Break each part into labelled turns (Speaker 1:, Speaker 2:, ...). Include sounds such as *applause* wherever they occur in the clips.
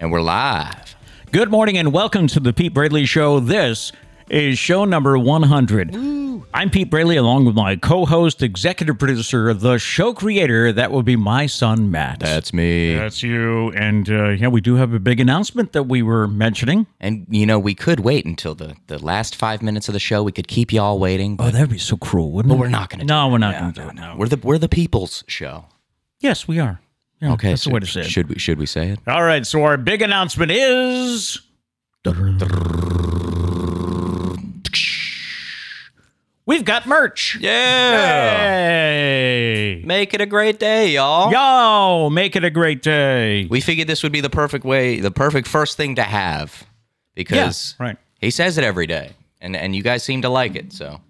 Speaker 1: And we're live.
Speaker 2: Good morning and welcome to the Pete Bradley Show. This is show number 100. I'm Pete Bradley along with my co host, executive producer, the show creator. That would be my son, Matt.
Speaker 1: That's me.
Speaker 2: That's you. And uh, yeah, we do have a big announcement that we were mentioning.
Speaker 1: And you know, we could wait until the, the last five minutes of the show. We could keep y'all waiting, but
Speaker 2: Oh, that'd be so cruel, wouldn't it?
Speaker 1: we're not gonna do
Speaker 2: No, we're not going to do it. No.
Speaker 1: we're the we're the people's show.
Speaker 2: Yes, we are. Yeah,
Speaker 1: Okay.
Speaker 2: That's
Speaker 1: so
Speaker 2: the way to say it.
Speaker 1: Should we should we say it?
Speaker 2: All right. So our big announcement is we've got merch.
Speaker 1: Yeah.
Speaker 2: Hey.
Speaker 1: Make it a great day, y'all.
Speaker 2: Yo, make it a great day.
Speaker 1: We figured this would be the perfect way, the perfect first thing to have. Because
Speaker 2: Yeah, right.
Speaker 1: he says it every day. And and you guys seem to like it, so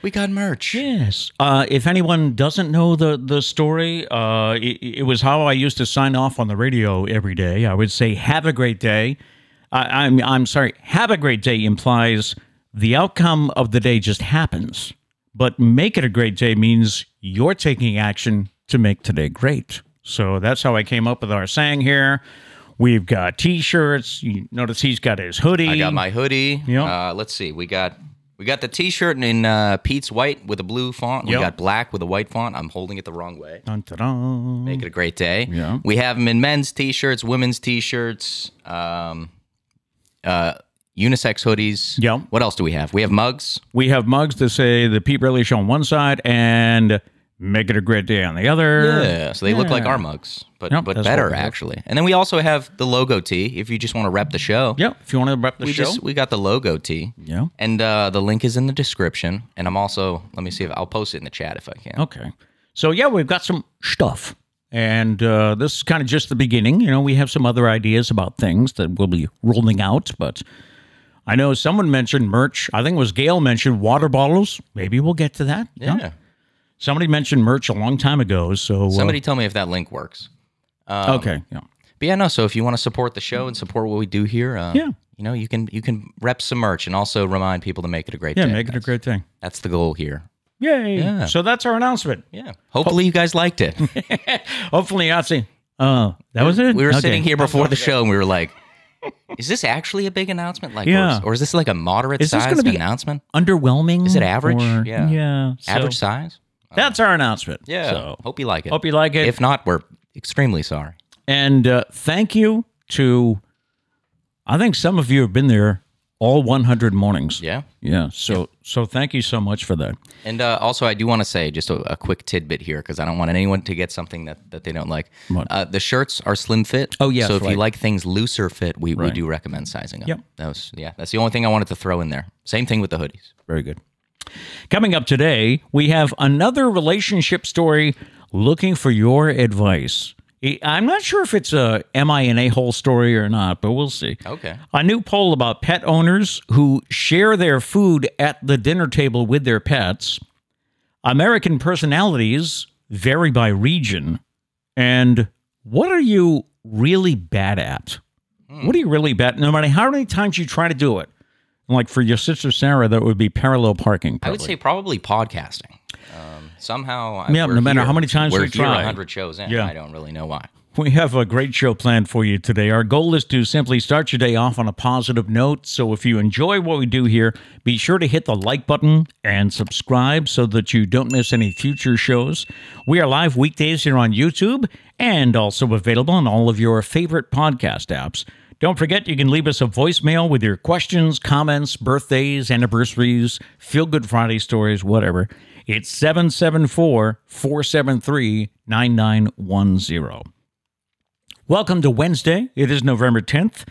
Speaker 1: we got merch.
Speaker 2: Yes. Uh, if anyone doesn't know the the story, uh, it, it was how I used to sign off on the radio every day. I would say, "Have a great day." I, I'm I'm sorry. Have a great day implies the outcome of the day just happens, but make it a great day means you're taking action to make today great. So that's how I came up with our saying here. We've got T-shirts. You notice he's got his hoodie.
Speaker 1: I got my hoodie.
Speaker 2: Yep.
Speaker 1: Uh, let's see. We got we got the T-shirt in uh, Pete's white with a blue font. We
Speaker 2: Yep.
Speaker 1: got black with a white font. I'm holding it the wrong way.
Speaker 2: Dun, dun, dun.
Speaker 1: Make it a great day. Yeah. We have them in men's T-shirts, women's T-shirts, um, uh, unisex hoodies.
Speaker 2: Yep.
Speaker 1: What else do we have? We have mugs.
Speaker 2: We have mugs that say the Pete Bradley Show on one side and Make It a Great Day on the other.
Speaker 1: Yeah. So they look like our mugs, but
Speaker 2: Yep,
Speaker 1: but
Speaker 2: that's what
Speaker 1: better
Speaker 2: we have.
Speaker 1: actually. And then we also have the logo tee if you just want to rep the show.
Speaker 2: Yep. If you want to rep the
Speaker 1: We
Speaker 2: show.
Speaker 1: just we got the logo tee.
Speaker 2: yeah.
Speaker 1: And uh, the link is in the description. And I'm also let me see if I'll post it in the chat if I can.
Speaker 2: Okay. So, yeah, we've got some stuff. And uh, this is kind of just the beginning. You know, we have some other ideas about things that we'll be rolling out, but I know someone mentioned merch. I think it was Gail mentioned water bottles. Maybe we'll get to that.
Speaker 1: yeah.
Speaker 2: Somebody mentioned merch a long time ago. So, uh,
Speaker 1: Somebody um, tell me if that link works.
Speaker 2: okay. Yeah.
Speaker 1: But yeah, no. So if you want to support the show and support what we do here, uh,
Speaker 2: Yeah.
Speaker 1: you know, you can you can rep some merch and also remind people to make it a great
Speaker 2: Yeah.
Speaker 1: day.
Speaker 2: Make it a great thing.
Speaker 1: That's the goal here.
Speaker 2: Yay.
Speaker 1: Yeah.
Speaker 2: So, that's our announcement.
Speaker 1: Yeah. Hopefully you guys liked
Speaker 2: *laughs*
Speaker 1: it.
Speaker 2: Hopefully, I'll see. Oh, that was it.
Speaker 1: We were
Speaker 2: Okay.
Speaker 1: sitting here before the show and we were like, "Is this actually a big announcement? Like, or
Speaker 2: Yeah.
Speaker 1: is- or, is this like a moderate
Speaker 2: Is this
Speaker 1: sized
Speaker 2: gonna be-
Speaker 1: announcement?
Speaker 2: Underwhelming.
Speaker 1: Is it average?
Speaker 2: or-
Speaker 1: Yeah.
Speaker 2: Yeah. so
Speaker 1: Average size?
Speaker 2: That's our announcement.
Speaker 1: Yeah.
Speaker 2: So
Speaker 1: Hope you like it.
Speaker 2: hope you like it.
Speaker 1: if not, we're extremely sorry.
Speaker 2: and uh, thank you to, I think some of you have been there all 100 mornings.
Speaker 1: Yeah.
Speaker 2: Yeah. So so thank you so much for that.
Speaker 1: And uh, also, I do want to say just a, a quick tidbit here because I don't want anyone to get something that, that they don't like. Uh, the shirts are slim fit.
Speaker 2: Oh, yes,
Speaker 1: So if you
Speaker 2: right.
Speaker 1: like things looser fit, we, we do recommend sizing up.
Speaker 2: Yep.
Speaker 1: That was yeah. That's the only thing I wanted to throw in there. Same thing with the hoodies.
Speaker 2: Very good. Coming up today, we have another relationship story looking for your advice. I- I'm not sure if it's a am I in a hole story or not, but we'll see.
Speaker 1: Okay.
Speaker 2: A new poll about pet owners who share their food at the dinner table with their pets. American personalities vary by region. And what are you really bad at? What are you really bad at? No matter how many times you try to do it. Like for your sister Sarah, that would be parallel parking.
Speaker 1: I
Speaker 2: Probably.
Speaker 1: would say probably podcasting. Um, somehow. I-
Speaker 2: Yeah,
Speaker 1: we're
Speaker 2: no matter
Speaker 1: here-
Speaker 2: how many times
Speaker 1: we're
Speaker 2: we try.
Speaker 1: hundred shows in.
Speaker 2: Yeah.
Speaker 1: I don't really know why.
Speaker 2: We have a great show planned for you today. Our goal is to simply start your day off on a positive note. So if you enjoy what we do here, be sure to hit the like button and subscribe so that you don't miss any future shows. We are live weekdays here on YouTube and also available on all of your favorite podcast apps. Don't forget, you can leave us a voicemail with your questions, comments, birthdays, anniversaries, feel good Friday stories, whatever. It's 774 473 9910. Welcome to Wednesday. It is November 10th.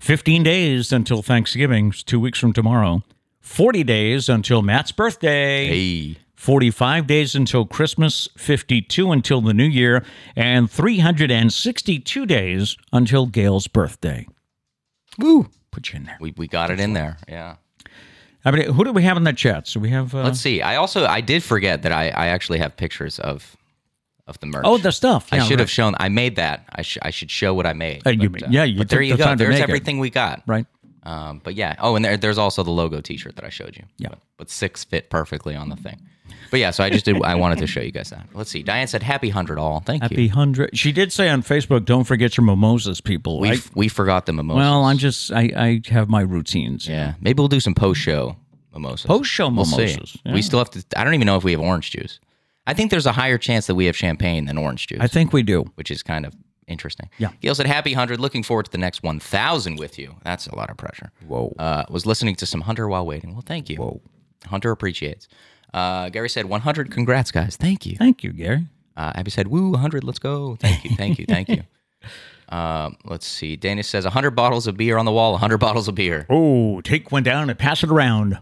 Speaker 2: 15 days until Thanksgiving, it's two weeks from tomorrow. 40 days until Matt's birthday.
Speaker 1: Hey.
Speaker 2: 45 days until Christmas, 52 until the new year, and 362 days until Gail's birthday.
Speaker 1: Woo.
Speaker 2: Put you in there.
Speaker 1: We we got it in there. Yeah.
Speaker 2: I mean, who do we have in the chat? So we have. Uh,
Speaker 1: Let's see. I also I did forget that I I actually have pictures of of the merch.
Speaker 2: oh, the stuff.
Speaker 1: I
Speaker 2: Yeah,
Speaker 1: should
Speaker 2: right.
Speaker 1: have shown. I made that. I, sh- I should show what I made.
Speaker 2: Uh, you
Speaker 1: but,
Speaker 2: ma- yeah, you
Speaker 1: but there
Speaker 2: took
Speaker 1: you
Speaker 2: the
Speaker 1: go.
Speaker 2: time to
Speaker 1: There's
Speaker 2: make it.
Speaker 1: everything we got.
Speaker 2: Right.
Speaker 1: Um, but yeah. Oh, and there, there's also the logo T-shirt that I showed you.
Speaker 2: Yeah.
Speaker 1: But, but six fit perfectly on the thing. But yeah, so I just did. I wanted to show you guys that. Let's see. Diane said, "Happy hundred all." Thank
Speaker 2: Happy
Speaker 1: you.
Speaker 2: hundred. She did say on Facebook, "Don't forget your mimosas, people."
Speaker 1: We
Speaker 2: I-
Speaker 1: f- we forgot the mimosas.
Speaker 2: well, I'm just I, I have my routines.
Speaker 1: yeah. Maybe we'll do some post show mimosas.
Speaker 2: Post-show
Speaker 1: We'll see.
Speaker 2: mimosas, yeah.
Speaker 1: We still have to. I don't even know if we have orange juice. I think there's a higher chance that we have champagne than orange juice,
Speaker 2: I think we do.
Speaker 1: which is kind of interesting.
Speaker 2: Yeah.
Speaker 1: Gail said, "Happy hundred. Looking forward to the next one thousand with you. That's a lot of pressure."
Speaker 2: Whoa.
Speaker 1: Uh, was listening to some Hunter while waiting. Well, thank you. Whoa. Hunter appreciates. Uh, Gary said, 100, congrats, guys. Thank you.
Speaker 2: Thank you, Gary.
Speaker 1: Uh, Abby said, "Woo, 100, let's go." Thank you, thank you, thank
Speaker 2: *laughs*
Speaker 1: you. Um, let's see. Danish says, "100 bottles of beer on the wall. 100 bottles of beer.
Speaker 2: Oh, take one down and pass it around.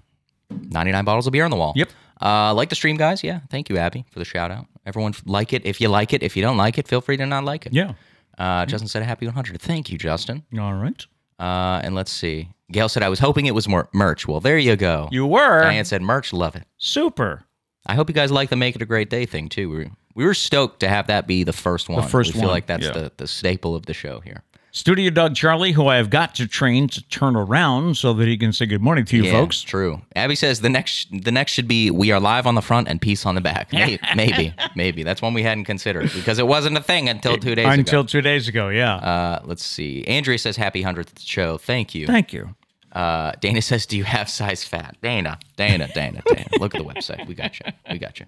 Speaker 1: 99 bottles of beer on the wall."
Speaker 2: Yep.
Speaker 1: Uh, like the stream, guys. Yeah, thank you, Abby, for the shout out. Everyone f- like it if you like it. If you don't like it, feel free to not like it.
Speaker 2: Yeah.
Speaker 1: Uh, Justin said, "Happy 100." Thank you, Justin.
Speaker 2: All right.
Speaker 1: Uh, and let's see. Gail said, "I was hoping it was more merch." Well, there you go.
Speaker 2: You were
Speaker 1: Diane said, "Merch, love it."
Speaker 2: super.
Speaker 1: I hope you guys like the Make It a Great Day thing too. We were, we were stoked to have that be the first one.
Speaker 2: first
Speaker 1: we feel
Speaker 2: one,
Speaker 1: like that's
Speaker 2: yeah.
Speaker 1: the, the staple of the show here.
Speaker 2: Studio dog Charlie, who I have got to train to turn around so that he can say good morning to you
Speaker 1: Yeah,
Speaker 2: folks.
Speaker 1: True. Abby says the next the next should be we are live on the front and peace on the
Speaker 2: *laughs*
Speaker 1: back. May- Maybe, maybe, that's one we hadn't considered because it wasn't a thing until two days
Speaker 2: Until
Speaker 1: ago.
Speaker 2: two days ago, yeah.
Speaker 1: Uh, let's see. Andrea says happy hundredth show. Thank you.
Speaker 2: Thank you.
Speaker 1: Uh, Dana says, "Do you have size fat?" Dana, Dana, Dana, Dana. Look at the website. We got you. We got you.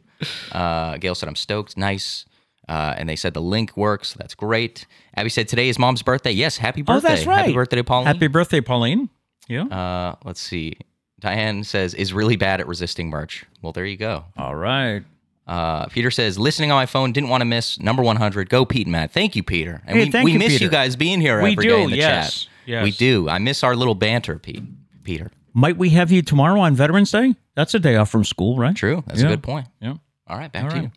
Speaker 1: Uh, Gail said, "I'm stoked. Nice." Uh, and they said the link works. That's great. Abby said, "Today is mom's birthday. Yes, happy
Speaker 2: Oh,
Speaker 1: birthday.
Speaker 2: that's right.
Speaker 1: Happy birthday, Pauline."
Speaker 2: Happy birthday, Pauline. Yeah.
Speaker 1: Uh, let's see. Diane says is really bad at resisting merch. Well, there you go.
Speaker 2: All right.
Speaker 1: Uh, Peter says listening on my phone. Didn't want to miss number 100. Go Pete and Matt. Thank you, Peter. And
Speaker 2: Hey,
Speaker 1: we,
Speaker 2: thank
Speaker 1: we
Speaker 2: you,
Speaker 1: miss
Speaker 2: Peter.
Speaker 1: you guys being here
Speaker 2: We
Speaker 1: every day
Speaker 2: do,
Speaker 1: in the
Speaker 2: yes,
Speaker 1: chat.
Speaker 2: yes.
Speaker 1: We do. I miss our little banter, Pete. Peter.
Speaker 2: Might we have you tomorrow on Veterans Day? That's a day off from school, right?
Speaker 1: True. That's
Speaker 2: Yeah.
Speaker 1: a good point.
Speaker 2: Yeah.
Speaker 1: All right, back to you.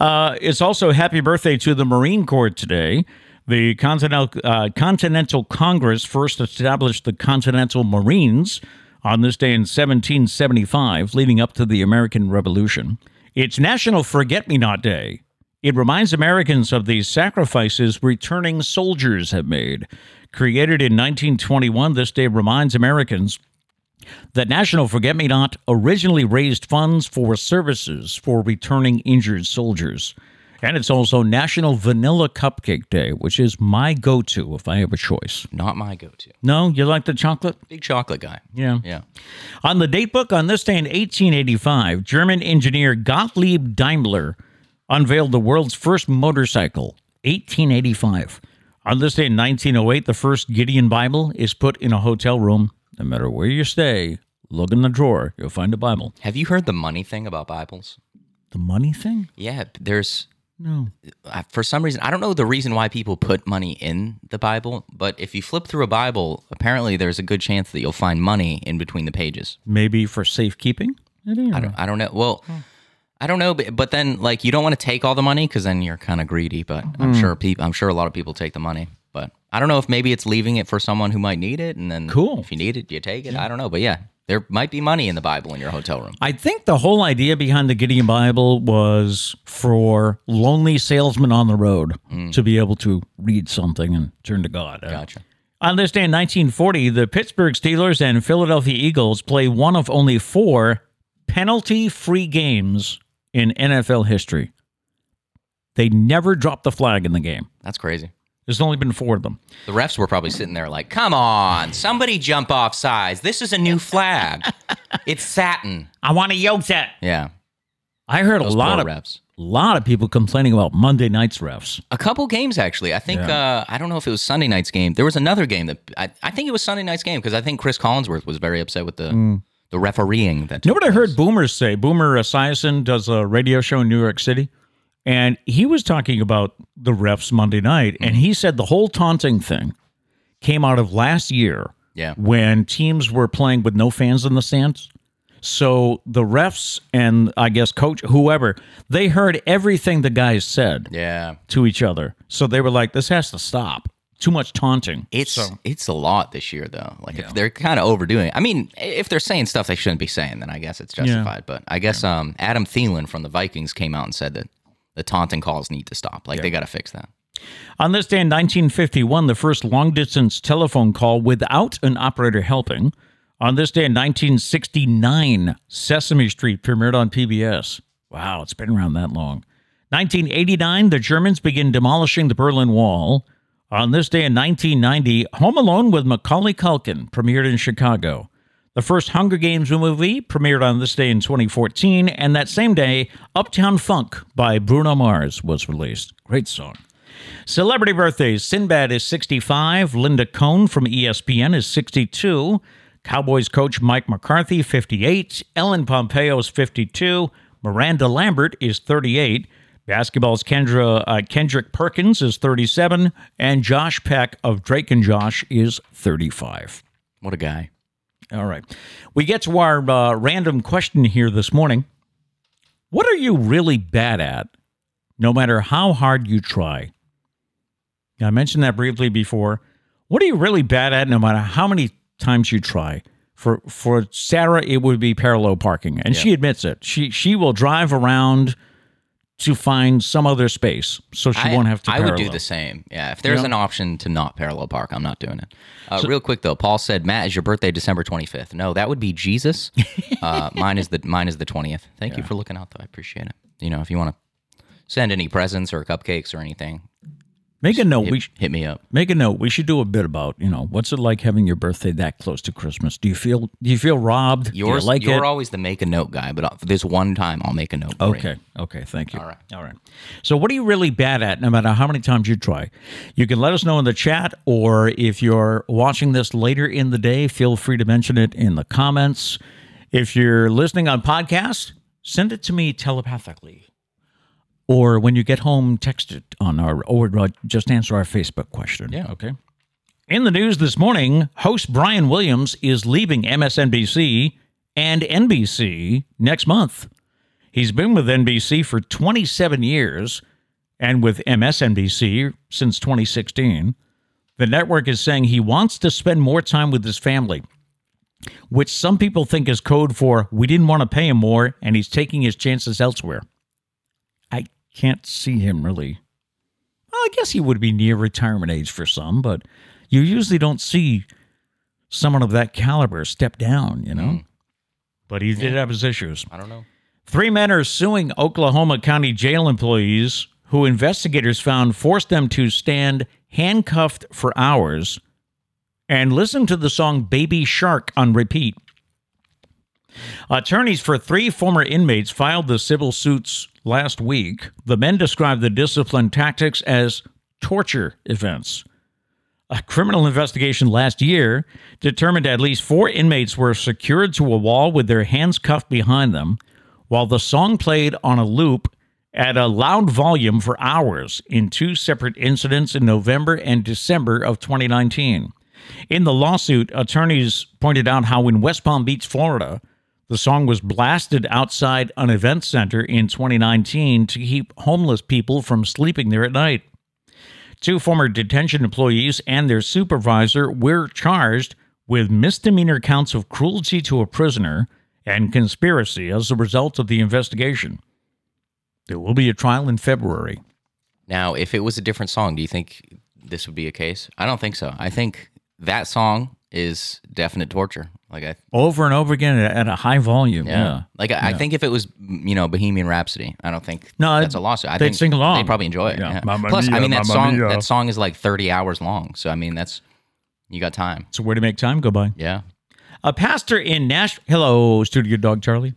Speaker 2: Uh, it's also happy birthday to the Marine Corps today. The Continental, uh, Continental Congress first established the Continental Marines on this day in 1775, leading up to the American Revolution. It's National Forget Me Not Day. It reminds Americans of the sacrifices returning soldiers have made. Created in 1921, this day reminds Americans that National Forget Me Not originally raised funds for services for returning injured soldiers. And it's also National Vanilla Cupcake Day, which is my go to if I have a choice.
Speaker 1: Not my go-to.
Speaker 2: No, you like the chocolate?
Speaker 1: Big chocolate guy.
Speaker 2: Yeah.
Speaker 1: Yeah.
Speaker 2: On the date book, on this day in 1885, German engineer Gottlieb Daimler unveiled the world's first motorcycle, 1885. On this day in 1908, the first Gideon Bible is put in a hotel room. No matter where you stay, look in the drawer, you'll find a Bible.
Speaker 1: Have you heard the money thing about Bibles?
Speaker 2: The money thing?
Speaker 1: Yeah, there's
Speaker 2: No.
Speaker 1: I- for some reason I don't know the reason why people put money in the Bible, but if you flip through a Bible, apparently there's a good chance that you'll find money in between the pages.
Speaker 2: Maybe for safekeeping? I don't know.
Speaker 1: I don't know. Well,
Speaker 2: Hmm.
Speaker 1: I don't know, but, but then like you don't want to take all the money because then you're kind of greedy. But I'm
Speaker 2: Hmm.
Speaker 1: sure people, I'm sure a lot of people take the money. But I don't know if maybe it's leaving it for someone who might need it, and then
Speaker 2: Cool.
Speaker 1: if you need it, you take it. I don't know, but yeah, there might be money in the Bible in your hotel room.
Speaker 2: I think the whole idea behind the Gideon Bible was for lonely salesmen on the road
Speaker 1: Mm.
Speaker 2: to be able to read something and turn to God.
Speaker 1: Gotcha.
Speaker 2: On this day in 1940, the Pittsburgh Steelers and Philadelphia Eagles play one of only four penalty free games in NFL history. They never dropped the flag in the game.
Speaker 1: That's crazy.
Speaker 2: There's only been four of them.
Speaker 1: The refs were probably sitting there like, "Come on, somebody jump off sides. This is a new flag. it's satin."
Speaker 2: I want to yoke that.
Speaker 1: Yeah,
Speaker 2: I heard
Speaker 1: those
Speaker 2: a lot
Speaker 1: poor
Speaker 2: of
Speaker 1: refs.
Speaker 2: lot of people complaining about Monday night's refs.
Speaker 1: A couple games actually. I think uh, I don't know if it was Sunday night's game. There was another game that I, I think it was Sunday night's game because I think Chris Collinsworth was very upset with the the refereeing that.
Speaker 2: You know what I heard Boomers say? Boomer Esiason does a radio show in New York City, and he was talking about the refs Monday night, and he said the whole taunting thing came out of last year
Speaker 1: Yeah.
Speaker 2: when teams were playing with no fans in the stands. So the refs and I guess coach, whoever, they heard everything the guys said
Speaker 1: Yeah,
Speaker 2: to each other. So they were like, this has to stop. Too much taunting.
Speaker 1: it's it's a lot this year though. Like if they're kind of overdoing. It. I mean, i- if they're saying stuff they shouldn't be saying, then I guess it's justified. But I guess um, Adam Thielen from the Vikings came out and said that the taunting calls need to stop. Like they got to fix that.
Speaker 2: On this day in 1951, the first long distance telephone call without an operator helping. On this day in 1969, Sesame Street premiered on PBS. Wow, it's been around that long. 1989, the Germans begin demolishing the Berlin Wall. On this day in 1990, Home Alone with Macaulay Culkin premiered in Chicago. The first Hunger Games movie premiered on this day in 2014, and that same day, Uptown Funk by Bruno Mars was released. Great song. Celebrity birthdays Sinbad is 65, Linda Cohn from E ESPN is 62, Cowboys coach Mike McCarthy, 58, Ellen Pompeo is 52, Miranda Lambert is 38, basketball's Kendra uh, Kendrick Perkins is 37, and Josh Peck of Drake and Josh is 35.
Speaker 1: What a guy.
Speaker 2: All right. We get to our uh, random question here this morning. What are you really bad at, no matter how hard you try? Now, I mentioned that briefly before. What are you really bad at, no matter how many times you try? For for Sarah, it would be parallel parking, and she admits it. She she will drive around to find some other space, so she
Speaker 1: I,
Speaker 2: won't have to.
Speaker 1: I would do
Speaker 2: parallel.
Speaker 1: the same. Yeah. If there's an option to not parallel park, I'm not doing it. Uh, real quick though, Paul said, "Matt, is your birthday December 25th?" No, that would be
Speaker 2: *laughs*
Speaker 1: Jesus. uh, mine is the mine is the 20th. Thank you for looking out though. I appreciate it. You know, if you want to send any presents or cupcakes or anything,
Speaker 2: Make a note.
Speaker 1: hit,
Speaker 2: We sh-
Speaker 1: hit me up.
Speaker 2: Make a note. We should do a bit about you know what's it like having your birthday that close to Christmas. Do you feel do you feel robbed? Do
Speaker 1: Yours,
Speaker 2: you like
Speaker 1: you're
Speaker 2: it?
Speaker 1: always the make a note guy, but uh, this one time I'll make a note. for you.
Speaker 2: Okay. Okay. Thank you. All right. All right. So, what are you really bad at, no matter how many times you try? You can let us know in the chat, or if you're watching this later in the day, feel free to mention it in the comments. If you're listening on podcast, send it to me telepathically. Or when you get home, text it on our, or uh, just answer our Facebook question. Yeah. Okay. In the news this morning, host Brian Williams is leaving MSNBC and NBC next month. He's been with NBC for 27 years and with MSNBC since 2016. The network is saying he wants to spend more time with his family, which some people think is code for we didn't want to pay him more and he's taking his chances elsewhere. I can't see him really. Well, I guess he would be near retirement age for some, but you usually don't see someone of that caliber step down, you know? But he did have his issues.
Speaker 1: I don't know.
Speaker 2: Three men are suing Oklahoma County jail employees who investigators found forced them to stand handcuffed for hours and listen to the song Baby Shark on repeat. Attorneys for three former inmates filed the civil suits last week. The men described the discipline tactics as torture events. A criminal investigation last year determined at least four inmates were secured to a wall with their hands cuffed behind them while the song played on a loop at a loud volume for hours in two separate incidents in November and December of 2019. In the lawsuit, attorneys pointed out how in West Palm Beach, Florida, the song was blasted outside an event center in 2019 to keep homeless people from sleeping there at night. Two former detention employees and their supervisor were charged with misdemeanor counts of cruelty to a prisoner and conspiracy as a result of the investigation. There will be a trial in February.
Speaker 1: Now, if it was a different song, do you think this would be a case? I don't think so. I think that song is definite torture. Like I,
Speaker 2: Over and over again at a high volume.
Speaker 1: yeah.
Speaker 2: Yeah.
Speaker 1: Like I, I think if it was, you know, Bohemian Rhapsody, I don't think
Speaker 2: No,
Speaker 1: that's a lawsuit. I
Speaker 2: they'd
Speaker 1: think
Speaker 2: sing along.
Speaker 1: They probably enjoy it.
Speaker 2: Yeah.
Speaker 1: Yeah.
Speaker 2: Mamma
Speaker 1: Plus, I
Speaker 2: mia,
Speaker 1: mean, that
Speaker 2: mamma
Speaker 1: song
Speaker 2: mia.
Speaker 1: that song is like thirty hours long. So I mean, that's you got time.
Speaker 2: It's a way to make time go by.
Speaker 1: Yeah.
Speaker 2: A pastor in Nash Hello, Studio Dog Charlie.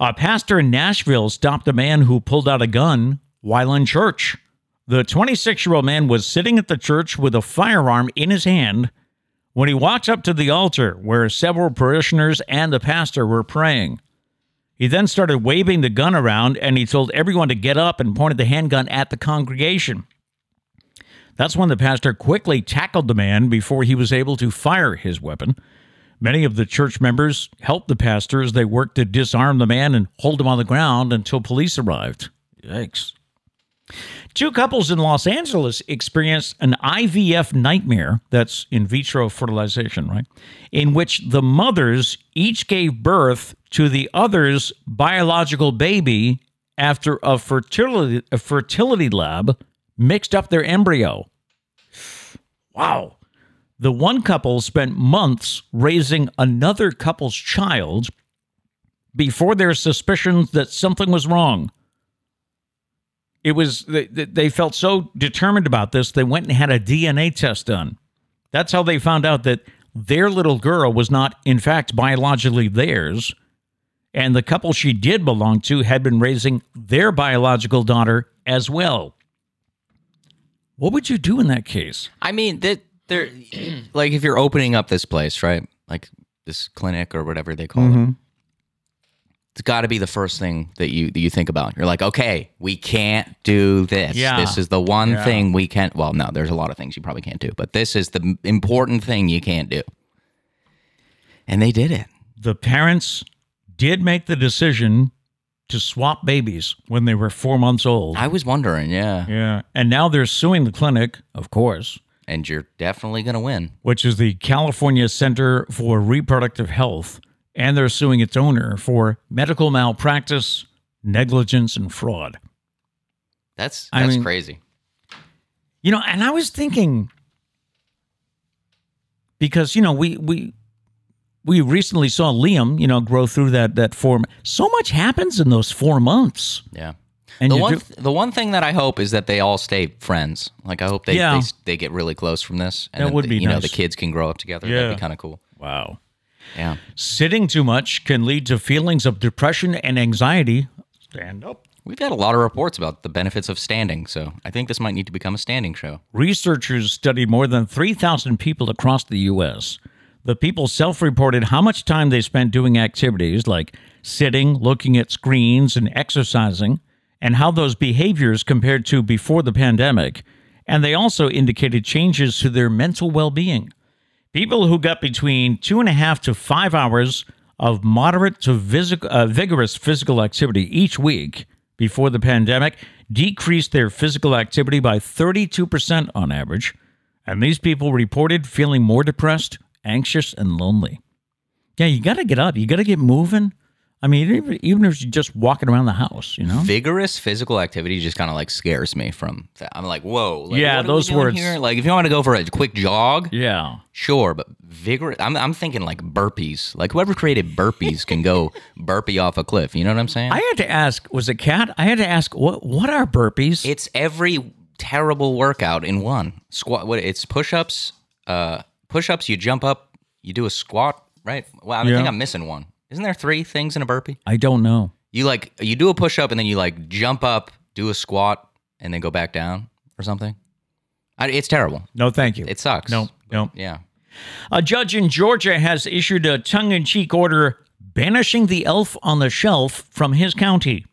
Speaker 2: A pastor in Nashville stopped a man who pulled out a gun while in church. The 26 year old man was sitting at the church with a firearm in his hand when he walked up to the altar where several parishioners and the pastor were praying. He then started waving the gun around and he told everyone to get up and pointed the handgun at the congregation. That's when the pastor quickly tackled the man before he was able to fire his weapon. Many of the church members helped the pastor as they worked to disarm the man and hold him on the ground until police arrived. Yikes. Two couples in Los Angeles experienced an IVF nightmare, that's in vitro fertilization, right? In which the mothers each gave birth to the other's biological baby after a fertility, a fertility lab mixed up their embryo. Wow. The one couple spent months raising another couple's child before their suspicions that something was wrong. It was they, they felt so determined about this they went and had a DNA test done. That's how they found out that their little girl was not in fact biologically theirs and the couple she did belong to had been raising their biological daughter as well. What would you do in that case?
Speaker 1: I mean, that they're *clears throat* like if you're opening up this place, right? Like this clinic or whatever they call
Speaker 2: Mm-hmm.
Speaker 1: it. It's got to be the first thing that you that you think about. You're like, okay, we can't do this.
Speaker 2: Yeah.
Speaker 1: This is the one
Speaker 2: Yeah.
Speaker 1: thing we can't. Well, no, there's a lot of things you probably can't do, but this is the m- important thing you can't do. And they did it.
Speaker 2: The parents did make the decision to swap babies when they were four months old.
Speaker 1: I was wondering, yeah.
Speaker 2: Yeah. And now they're suing the clinic, of course,
Speaker 1: And you're definitely gonna win.
Speaker 2: which is the California Center for Reproductive Health, and they're suing its owner for medical malpractice, negligence, and fraud.
Speaker 1: That's
Speaker 2: I
Speaker 1: that's
Speaker 2: mean-
Speaker 1: crazy.
Speaker 2: You know, and I was thinking because you know we we we recently saw Liam, you know, grow through that that four. m- So much happens in those four months,
Speaker 1: Yeah.
Speaker 2: and
Speaker 1: the
Speaker 2: you
Speaker 1: one
Speaker 2: do-
Speaker 1: th- the one thing that I hope is that they all stay friends. Like I hope they
Speaker 2: Yeah.
Speaker 1: they, s- they get really close from this, and
Speaker 2: That
Speaker 1: then
Speaker 2: would
Speaker 1: the-
Speaker 2: be
Speaker 1: you know
Speaker 2: nice.
Speaker 1: the kids can grow up together.
Speaker 2: Yeah.
Speaker 1: That'd be kind of cool.
Speaker 2: wow,
Speaker 1: Yeah,
Speaker 2: sitting too much can lead to feelings of depression and anxiety. Stand up.
Speaker 1: we've had a lot of reports about the benefits of standing, so I think this might need to become a standing show.
Speaker 2: Researchers studied more than 3,000 people across the U.S. The people self reported how much time they spent doing activities like sitting, looking at screens, and exercising, and how those behaviors compared to before the pandemic. And they also indicated changes to their mental well being. People who got between two and a half to five hours of moderate to physic- uh, vigorous physical activity each week before the pandemic decreased their physical activity by 32% on average. And these people reported feeling more depressed, anxious, and lonely. Yeah, you got to get up. You got to get moving. I mean, even- even if you're just walking around the house, you know?
Speaker 1: Vigorous physical activity just kind of like scares me from that. I'm like, whoa. like, what
Speaker 2: Yeah,
Speaker 1: are we
Speaker 2: those
Speaker 1: doing
Speaker 2: words.
Speaker 1: Here? Like, if you want to go for a quick jog,
Speaker 2: Yeah.
Speaker 1: sure, but vigorous. I'm I'm thinking like burpees. Like whoever created burpees can go *laughs* burpee off a cliff. You know what I'm saying?
Speaker 2: I had to ask, was it cat? I had to ask, what what are burpees?
Speaker 1: It's every terrible workout in one squat. What it's push-ups, uh, push-ups. You jump up, you do a squat, right? Well, I
Speaker 2: Yeah.
Speaker 1: think I'm missing one. Isn't there three things in a burpee?
Speaker 2: I don't know.
Speaker 1: You like you do a push-up and then you like jump up, do a squat, and then go back down or something. I, it's terrible.
Speaker 2: No, thank you.
Speaker 1: It sucks.
Speaker 2: No, no.
Speaker 1: Yeah.
Speaker 2: A judge in Georgia has issued a tongue in cheek order banishing the elf on the shelf from his county.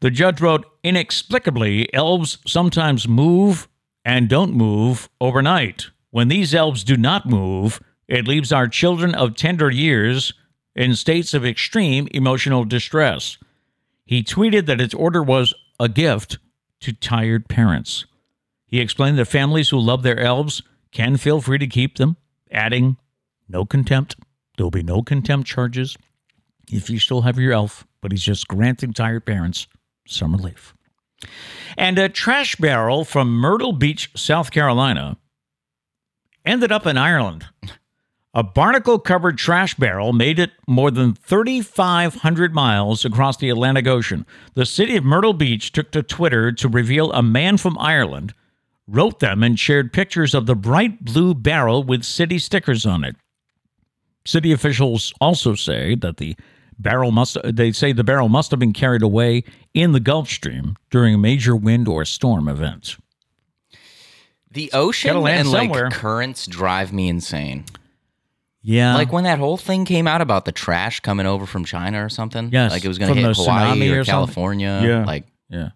Speaker 2: The judge wrote Inexplicably, elves sometimes move and don't move overnight. When these elves do not move, it leaves our children of tender years in states of extreme emotional distress. He tweeted that its order was a gift to tired parents. He explained that families who love their elves can feel free to keep them, adding, no contempt. There will be no contempt charges if you still have your elf, but he's just granting tired parents some relief. And a trash barrel from Myrtle Beach, South Carolina, ended up in Ireland. A barnacle covered trash barrel made it more than 3,500 miles across the Atlantic Ocean. The city of Myrtle Beach took to Twitter to reveal a man from Ireland wrote them and shared pictures of the bright blue barrel with city stickers on it. City officials also say that the barrel must they say the barrel must have been carried away in the Gulf Stream during a major wind or storm event.
Speaker 1: The ocean
Speaker 2: Gotta land
Speaker 1: and like
Speaker 2: somewhere.
Speaker 1: currents drive me insane.
Speaker 2: Yeah.
Speaker 1: Like when that whole thing came out about the trash coming over from China or something.
Speaker 2: Yes,
Speaker 1: Like it was going
Speaker 2: from
Speaker 1: to
Speaker 2: the
Speaker 1: hit Hawaii
Speaker 2: tsunami
Speaker 1: or,
Speaker 2: or something.
Speaker 1: California.
Speaker 2: Yeah.
Speaker 1: Like
Speaker 2: yeah.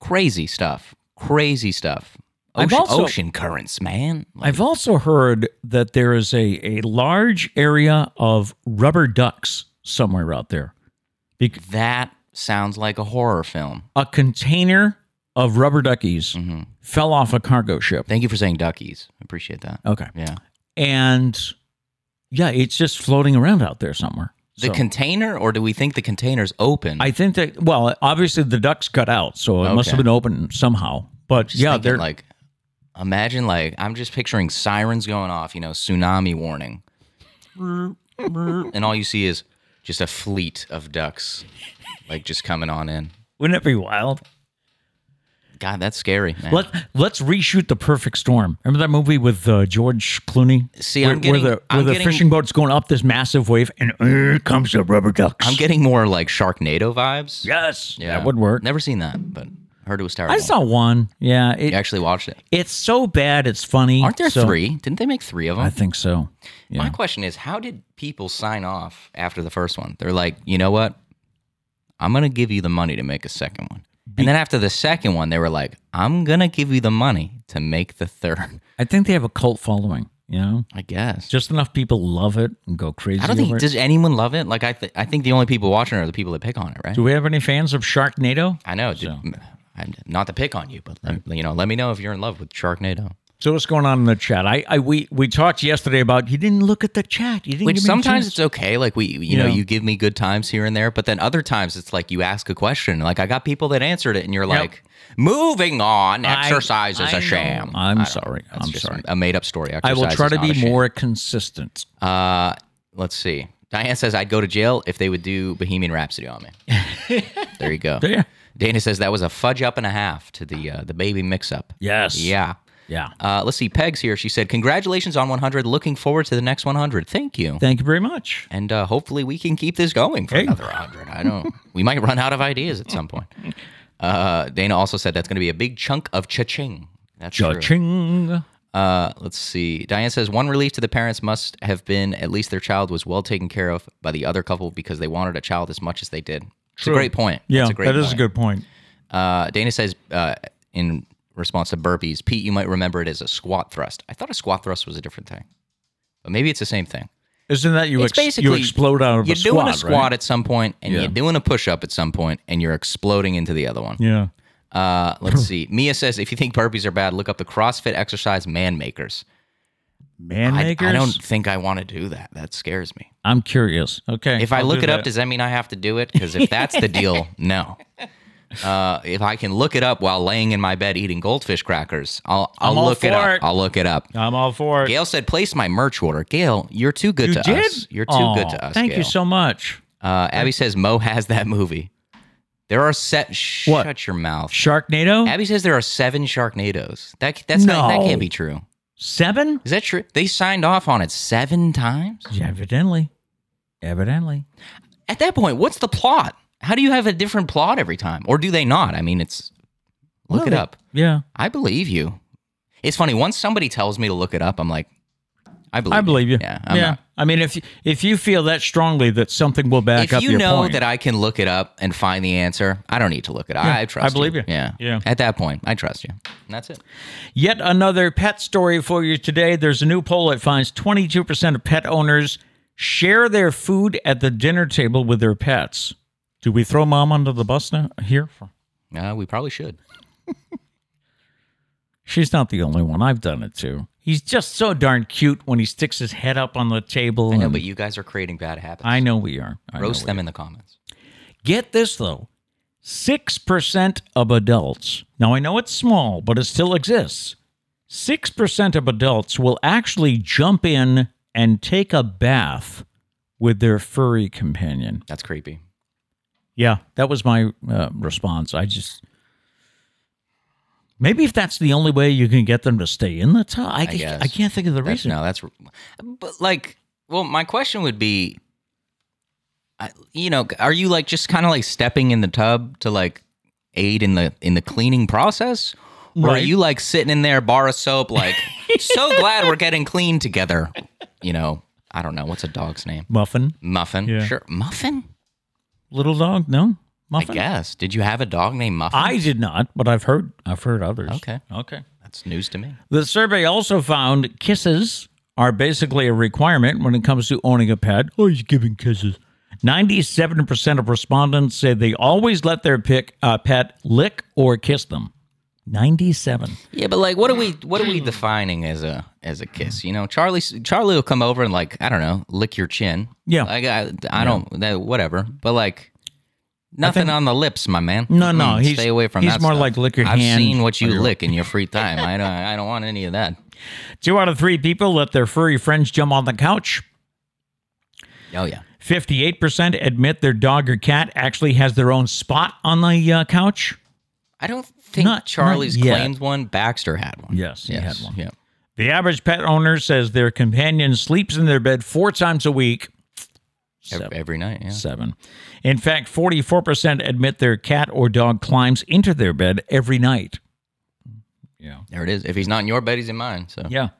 Speaker 1: crazy stuff. Crazy stuff.
Speaker 2: I've
Speaker 1: Ocean,
Speaker 2: also-
Speaker 1: ocean currents, man. Like,
Speaker 2: I've also heard that there is a, a large area of rubber ducks somewhere out there. Bec-
Speaker 1: that sounds like a horror film.
Speaker 2: a container of rubber duckies
Speaker 1: Mhm.
Speaker 2: fell off a cargo ship.
Speaker 1: Thank you for saying duckies. I appreciate that.
Speaker 2: Okay.
Speaker 1: Yeah.
Speaker 2: and yeah, it's just floating around out there somewhere.
Speaker 1: The
Speaker 2: So,
Speaker 1: container, or do we think the container's open?
Speaker 2: I think that well, obviously the ducks cut out, so it must have
Speaker 1: Okay.
Speaker 2: been open somehow. But
Speaker 1: Just
Speaker 2: yeah,
Speaker 1: thinking,
Speaker 2: they're
Speaker 1: like, imagine like I'm just picturing sirens going off. You know, tsunami warning, and all you see is just a fleet of ducks, like just coming on in.
Speaker 2: Wouldn't it be wild?
Speaker 1: God, that's scary. Man.
Speaker 2: Let Let's reshoot the Perfect Storm. Remember that movie with uh, George Clooney?
Speaker 1: See, I'm
Speaker 2: where,
Speaker 1: getting-
Speaker 2: where the, where
Speaker 1: I'm
Speaker 2: the
Speaker 1: getting-
Speaker 2: fishing boat's going up this massive wave, and uh, comes the rubber ducks.
Speaker 1: I'm getting more like Sharknado vibes.
Speaker 2: yes, that would work.
Speaker 1: Never seen that, but heard it was terrible.
Speaker 2: I saw one. Yeah, it,
Speaker 1: You actually watched it.
Speaker 2: it's so bad. It's funny.
Speaker 1: Aren't there
Speaker 2: so-
Speaker 1: three? Didn't they make three of them?
Speaker 2: I think so.
Speaker 1: My question is, how did people sign off after the first one? They're like, you know what? I'm gonna give you the money to make a second one. And then after the second one, they were like, I'm gonna give you the money to make the third.
Speaker 2: I think they have a cult following. You know,
Speaker 1: I guess.
Speaker 2: just enough people love it and go crazy.
Speaker 1: I don't think
Speaker 2: over it.
Speaker 1: does anyone love it. Like I, th- I think the only people watching are the people that pick on it, right?
Speaker 2: Do we have any fans of Sharknado?
Speaker 1: I know. dude, m- I'm not to pick on you, but let, you know, let me know if you're in love with Sharknado.
Speaker 2: So what's going on in the chat? I, I we we talked yesterday about you didn't look at the chat. You didn't.
Speaker 1: Which
Speaker 2: give me a
Speaker 1: sometimes
Speaker 2: chance.
Speaker 1: it's okay, like we, you know,
Speaker 2: Yeah.
Speaker 1: you give me good times here and there, but then other times it's like you ask a question, like I got people that answered it, and you're like, moving on,
Speaker 2: I-
Speaker 1: exercise is
Speaker 2: I
Speaker 1: a sham.
Speaker 2: know. I'm
Speaker 1: I don't know.
Speaker 2: sorry.
Speaker 1: That's
Speaker 2: I'm
Speaker 1: just
Speaker 2: sorry.
Speaker 1: A made up story.
Speaker 2: I will
Speaker 1: Exercise
Speaker 2: try
Speaker 1: is
Speaker 2: to
Speaker 1: not a
Speaker 2: be
Speaker 1: sham.
Speaker 2: more consistent.
Speaker 1: Uh, let's see. Diane says I'd go to jail if they would do Bohemian Rhapsody on me.
Speaker 2: *laughs*
Speaker 1: there you go.
Speaker 2: Yeah.
Speaker 1: Dana says that was a fudge up and a half to the uh, the baby mix up.
Speaker 2: Yes.
Speaker 1: Yeah.
Speaker 2: Yeah.
Speaker 1: Uh, let's see. Peg's here. She said, "Congratulations on 100. Looking forward to the next 100. Thank you."
Speaker 2: Thank you very much.
Speaker 1: and uh, hopefully we can keep this going for another 100 i don't we might run out of ideas at some
Speaker 2: *laughs*
Speaker 1: point uh, dana also said that's going to be a big chunk of cha-ching that's true.
Speaker 2: Cha-ching.
Speaker 1: Uh, let's see diane says one relief to the parents must have been at least their child was well taken care of by the other couple because they wanted a child as much as they did it's a great point
Speaker 2: Yeah,
Speaker 1: it's
Speaker 2: that
Speaker 1: a great point.
Speaker 2: is a good point.
Speaker 1: uh, dana says uh, in response to burpees pete you might remember it as a squat thrust i thought a squat thrust was a different thing but maybe it's the same thing
Speaker 2: Isn't that you?
Speaker 1: it's
Speaker 2: Ex-
Speaker 1: basically
Speaker 2: you explode out of
Speaker 1: you're
Speaker 2: a squad,
Speaker 1: doing a squat
Speaker 2: Right?
Speaker 1: at some point, and
Speaker 2: Yeah.
Speaker 1: you're doing a push up at some point, and you're exploding into the other one.
Speaker 2: Yeah.
Speaker 1: Uh, let's see. *laughs* Mia says, if you think burpees are bad, look up the CrossFit exercise man makers.
Speaker 2: Man
Speaker 1: I,
Speaker 2: makers.
Speaker 1: I don't think I want to do that. That scares me.
Speaker 2: I'm curious. Okay.
Speaker 1: If i
Speaker 2: I'll
Speaker 1: look
Speaker 2: do
Speaker 1: it up,
Speaker 2: that.
Speaker 1: does that mean I have to do it? Because if that's the
Speaker 2: *laughs*
Speaker 1: deal, no. Uh, if I can look it up while laying in my bed eating goldfish crackers, I'll
Speaker 2: I'm
Speaker 1: I'll
Speaker 2: all
Speaker 1: look it
Speaker 2: for
Speaker 1: up.
Speaker 2: it.
Speaker 1: I'll look it up.
Speaker 2: I'm all for it.
Speaker 1: Gail said, "Place my merch order." Gail, you're too good
Speaker 2: you
Speaker 1: to
Speaker 2: did.
Speaker 1: us. You're too
Speaker 2: Aw,
Speaker 1: good to us.
Speaker 2: Thank you
Speaker 1: Gail.
Speaker 2: so much.
Speaker 1: Uh, Abby says Mo has that movie. There are set.
Speaker 2: What?
Speaker 1: Shut your mouth.
Speaker 2: Sharknado
Speaker 1: Abby says there are seven Sharknados. That that's not, that
Speaker 2: No.
Speaker 1: can't be true.
Speaker 2: seven.
Speaker 1: Is that true? They signed off on it seven times.
Speaker 2: Evidently. Evidently.
Speaker 1: At that point, what's the plot? How do you have a different plot every time, or do they not? I mean, it's look
Speaker 2: Well,
Speaker 1: it
Speaker 2: they-
Speaker 1: up.
Speaker 2: Yeah.
Speaker 1: I believe you. It's funny. Once somebody tells me to look it up, I'm like, I believe.
Speaker 2: I believe you.
Speaker 1: Yeah. I'm not-
Speaker 2: I mean, if you, if you feel that strongly that something will back
Speaker 1: if
Speaker 2: up
Speaker 1: you
Speaker 2: your
Speaker 1: know
Speaker 2: point,
Speaker 1: that I can look it up and find the answer, I don't need to look it up.
Speaker 2: Yeah,
Speaker 1: I trust.
Speaker 2: I believe you.
Speaker 1: Yeah.
Speaker 2: Yeah.
Speaker 1: At that point, I trust you. And that's it.
Speaker 2: yet another pet story for you today. There's a new poll that finds 22% of pet owners share their food at the dinner table with their pets. Do we throw mom under the bus now here? For,
Speaker 1: Uh, we probably should.
Speaker 2: she's not the only one. I've done it too. He's just so darn cute when he sticks his head up on the table.
Speaker 1: I know,
Speaker 2: and-
Speaker 1: but you guys are creating bad habits.
Speaker 2: I know we are. I know
Speaker 1: Roast
Speaker 2: we
Speaker 1: them in the comments.
Speaker 2: Get this though 6% of adults, now I know it's small, but it still exists. 6% of adults will actually jump in and take a bath with their furry companion.
Speaker 1: That's creepy.
Speaker 2: Yeah, that was my uh, response. I just. Maybe if that's the only way you can get them to stay in the tub, I,
Speaker 1: guess.
Speaker 2: I can't think of the
Speaker 1: That's,
Speaker 2: reason.
Speaker 1: no, that's. But like, well, my question would be, I, you know, are you like just kind of like stepping in the tub to like aid in the in the cleaning process, or are
Speaker 2: Right.
Speaker 1: you like sitting in there bar of soap,
Speaker 2: *laughs*
Speaker 1: like so glad we're getting clean together? You know, I don't know what's a dog's name.
Speaker 2: Muffin,
Speaker 1: Muffin,
Speaker 2: Yeah.
Speaker 1: sure. Muffin,
Speaker 2: little dog, no
Speaker 1: I
Speaker 2: muffin. I,
Speaker 1: guess. Did you have a dog named Muffin?
Speaker 2: did not, but I've heard I've heard others.
Speaker 1: Okay.
Speaker 2: okay.
Speaker 1: That's news to me.
Speaker 2: The survey also found kisses are basically a requirement when it comes to owning a pet. Oh, he's giving kisses. 97% of respondents say they always let their pick, uh, pet lick or kiss them. 97.
Speaker 1: Yeah, but like, what are we
Speaker 2: *clears throat*
Speaker 1: what are we defining as a as a kiss? You know, Charlie Charlie will come over and like I don't know, lick your chin.
Speaker 2: Yeah.
Speaker 1: like I, I don't that, whatever. But like, nothing on the lips, my man.
Speaker 2: No, no,
Speaker 1: Mm-mm,
Speaker 2: he's-
Speaker 1: stay away from
Speaker 2: he's
Speaker 1: that.
Speaker 2: more
Speaker 1: stuff.
Speaker 2: like lick your
Speaker 1: I've
Speaker 2: hand
Speaker 1: seen what you
Speaker 2: when you're-
Speaker 1: lick
Speaker 2: *laughs*
Speaker 1: in your free time. I don't I don't want any of that.
Speaker 2: Two out of three people let their furry friends jump on the couch.
Speaker 1: Oh yeah,
Speaker 2: 58% admit their dog or cat actually has their own spot on the uh, couch.
Speaker 1: I don't think
Speaker 2: Not- not
Speaker 1: Charlie's
Speaker 2: yet.
Speaker 1: claimed one. Baxter had one.
Speaker 2: Yes, he had one.
Speaker 1: Yeah.
Speaker 2: The average pet owner says their companion sleeps in their bed four times a week.
Speaker 1: Ev- Every, night. Yeah.
Speaker 2: Seven. In fact, 44% admit their cat or dog climbs into their bed every night. Yeah.
Speaker 1: There it is. If he's not in your bed, he's in mine. So
Speaker 2: Yeah.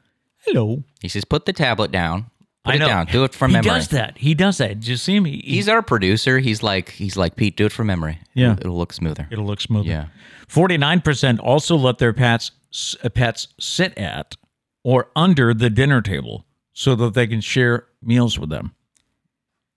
Speaker 2: Hello.
Speaker 1: he says, put the tablet down. Put
Speaker 2: I
Speaker 1: it
Speaker 2: know.
Speaker 1: down. Do it from
Speaker 2: he
Speaker 1: memory.
Speaker 2: does that. He does that. Did you see him? He, he-
Speaker 1: He's our producer. He's like, he's like Pete. Do it from memory.
Speaker 2: Yeah.
Speaker 1: It'll, it'll look smoother.
Speaker 2: it'll look smoother.
Speaker 1: Yeah.
Speaker 2: 49% also let their pets s- uh, pets sit at or under the dinner table so that they can share meals with them.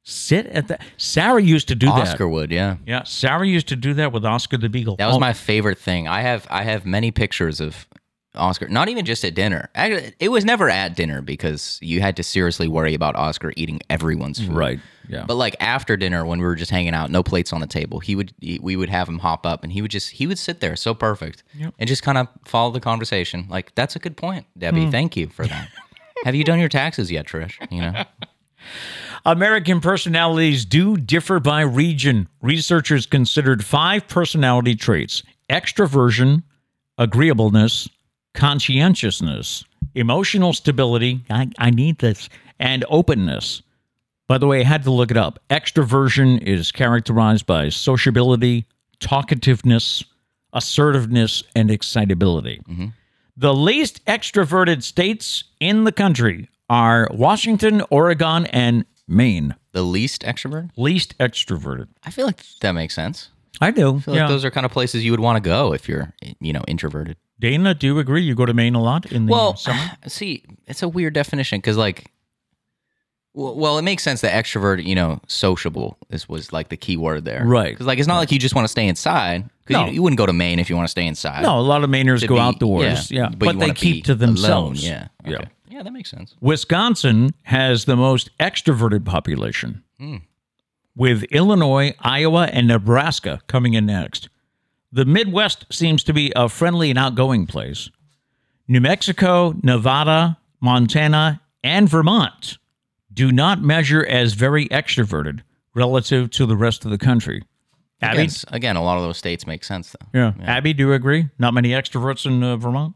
Speaker 2: Sit at the Sarah used to do that.
Speaker 1: Oscar would. Yeah.
Speaker 2: Yeah, Sarah used to do that with Oscar the Beagle.
Speaker 1: That was
Speaker 2: Oh,
Speaker 1: my favorite thing. I have I have many pictures of Oscar. Not even just at dinner. Actually, it was never at dinner because you had to seriously worry about Oscar eating everyone's food.
Speaker 2: right. Yeah.
Speaker 1: But like after dinner, when we were just hanging out, no plates on the table, he would he- we would have him hop up, and he would just he would sit there so perfect, and just kind of follow the conversation. Like that's a good point,
Speaker 2: Hmm.
Speaker 1: Debbie. Thank you for
Speaker 2: *laughs*
Speaker 1: that. have you done your taxes yet, Trish? You know,
Speaker 2: American personalities do differ by region. Researchers considered five personality traits extroversion, agreeableness, conscientiousness, emotional stability. I, I need this, and openness. By the way, I had to look it up. Extroversion is characterized by sociability, talkativeness, assertiveness, and excitability. The least extroverted states in the country are Washington, Oregon, and Maine.
Speaker 1: the least extrovert.
Speaker 2: Least extroverted.
Speaker 1: I feel like that makes sense.
Speaker 2: I do.
Speaker 1: I feel like those are kind of places you would want to go if you're you know introverted.
Speaker 2: Dana, do you agree? You go to Maine a lot in the
Speaker 1: Well, *sighs*
Speaker 2: summer.
Speaker 1: see, it's a weird definition because like. Well, well, it makes sense that extrovert, you know, sociable is was like the key word there,
Speaker 2: Right.
Speaker 1: Because like it's not like you just want to stay inside. 'Cause
Speaker 2: No.
Speaker 1: you, you wouldn't go to Maine if you want to stay inside.
Speaker 2: No, a lot of Mainers
Speaker 1: to
Speaker 2: go
Speaker 1: be-
Speaker 2: outdoors. Yeah,
Speaker 1: but,
Speaker 2: but,
Speaker 1: you
Speaker 2: they
Speaker 1: wanna
Speaker 2: keep
Speaker 1: be
Speaker 2: to themselves.
Speaker 1: alone, Yeah,
Speaker 2: Yeah.
Speaker 1: okay. yeah, that makes sense.
Speaker 2: Wisconsin has the most extroverted population, with Illinois, Iowa, and Nebraska coming in next. The Midwest seems to be a friendly and outgoing place. New Mexico, Nevada, Montana, and Vermont do not measure as very extroverted relative to the rest of the country. Abby,
Speaker 1: Again, s- again, a lot of those states make sense though.
Speaker 2: yeah. Abby, do you agree? Not many extroverts in uh, Vermont.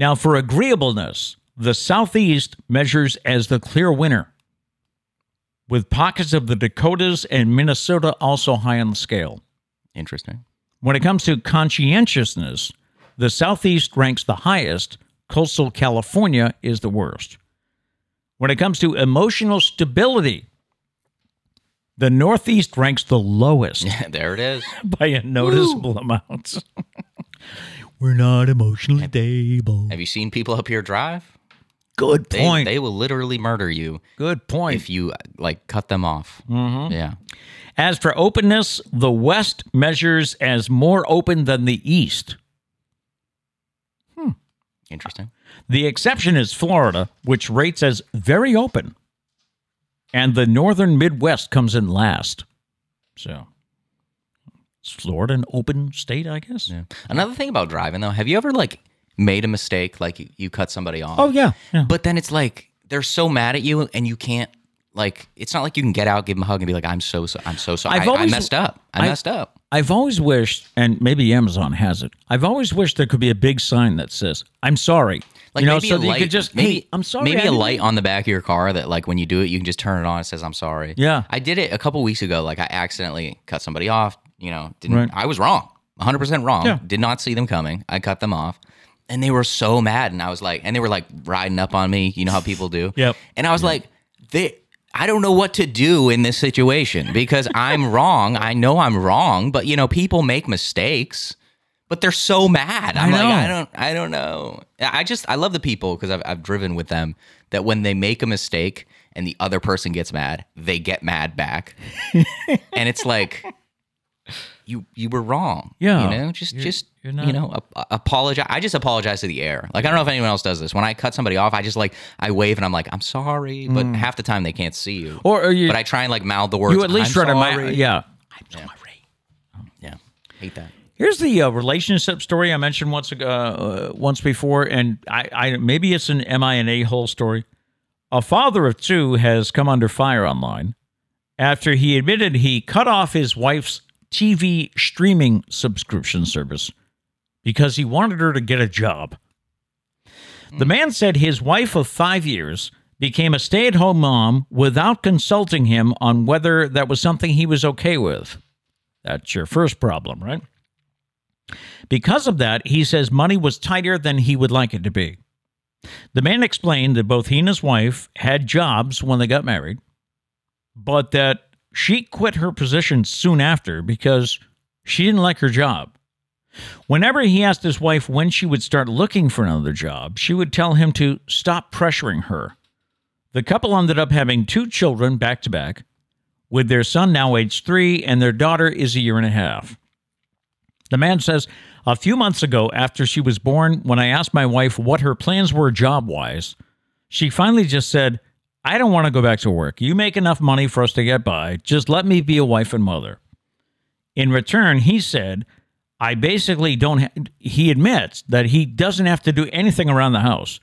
Speaker 2: Now, for agreeableness, the Southeast measures as the clear winner, with pockets of the Dakotas and Minnesota also high on the scale.
Speaker 1: Interesting. *laughs*
Speaker 2: When it comes to conscientiousness, the Southeast ranks the highest, coastal California is the worst. When it comes to emotional stability, the Northeast ranks the lowest
Speaker 1: there it is.
Speaker 2: *laughs* by a noticeable amount. *laughs* We're not emotionally stable.
Speaker 1: Have you seen people up here drive?
Speaker 2: Good
Speaker 1: They
Speaker 2: point.
Speaker 1: they will literally murder you
Speaker 2: Good point.
Speaker 1: if you uh, like cut them off.
Speaker 2: Mm-hmm.
Speaker 1: Yeah.
Speaker 2: As for openness, the West measures as more open than the East.
Speaker 1: Interesting.
Speaker 2: The exception is Florida, which rates as very open. And the northern Midwest comes in last. So, is Florida an open state, I guess?
Speaker 1: Yeah. Another thing about driving though, have you ever like made a mistake, like you, you cut somebody off?
Speaker 2: Oh, yeah. yeah.
Speaker 1: But then it's like they're so mad at you, and you can't. Like it's not like you can get out, give them a hug, and be like, "I'm so, so I'm so sorry.
Speaker 2: I've
Speaker 1: I, I
Speaker 2: always-
Speaker 1: messed up. I,
Speaker 2: I-
Speaker 1: messed up."
Speaker 2: I've always wished, and maybe Amazon has it. I've always wished there could be a big sign that says "I'm sorry."
Speaker 1: Like
Speaker 2: you know,
Speaker 1: maybe
Speaker 2: so
Speaker 1: a
Speaker 2: that
Speaker 1: light,
Speaker 2: you could just
Speaker 1: maybe
Speaker 2: "Hey, I'm sorry. I
Speaker 1: Maybe a
Speaker 2: didn't-"
Speaker 1: light on the back of your car that like when you do it, you can just turn it on. It says I'm sorry.
Speaker 2: Yeah.
Speaker 1: I did it a couple weeks ago. Like I accidentally cut somebody off. You know, didn't
Speaker 2: Right.
Speaker 1: I was wrong, 100 percent wrong.
Speaker 2: Yeah.
Speaker 1: Did not see them coming. I cut them off, and they were so mad. And I was like, and they were like riding up on me. You know how people do.
Speaker 2: *laughs* Yep.
Speaker 1: And I was like, they. I don't know what to do in this situation because I'm *laughs* wrong. I know I'm wrong, but you know, people make mistakes but they're so mad. I'm
Speaker 2: I know.
Speaker 1: like, I don't, I don't know. I just, I love the people because I've, I've driven with them that when they make a mistake and the other person gets mad, they get mad
Speaker 2: *laughs*
Speaker 1: back, and it's like, you, you were wrong.
Speaker 2: Yeah.
Speaker 1: you know, just, just,
Speaker 2: you're
Speaker 1: you
Speaker 2: not-
Speaker 1: know, ap- apologize. I just apologize to the air. Like, I don't know if anyone else does this. When I cut somebody off, I just like, I wave and I'm like, I'm sorry, but half the time they can't see you.
Speaker 2: Mm. or, or you,
Speaker 1: but I try and like mouth the words.
Speaker 2: you at least
Speaker 1: I'm
Speaker 2: try to my,
Speaker 1: sorry."
Speaker 2: yeah.
Speaker 1: yeah, hate that.
Speaker 2: Here's the uh, relationship story I mentioned once ago, uh, once before, and I, I maybe it's an M I and A whole story. A father of two has come under fire online after he admitted he cut off his wife's TV streaming subscription service because he wanted her to get a job. The man said his wife of five years became a stay at home mom without consulting him on whether that was something he was okay with. That's your first problem, right? Because of that, he says money was tighter than he would like it to be. The man explained that both he and his wife had jobs when they got married, but that she quit her position soon after because she didn't like her job. Whenever he asked his wife when she would start looking for another job, she would tell him to stop pressuring her. The couple ended up having two children back to back, with their son now aged three and their daughter is a year and a half. The man says, A few months ago, after she was born, when I asked my wife what her plans were job wise, she finally just said, I don't want to go back to work. You make enough money for us to get by. Just let me be a wife and mother. In return, he said, I basically don't. Ha-. He admits that he doesn't have to do anything around the house.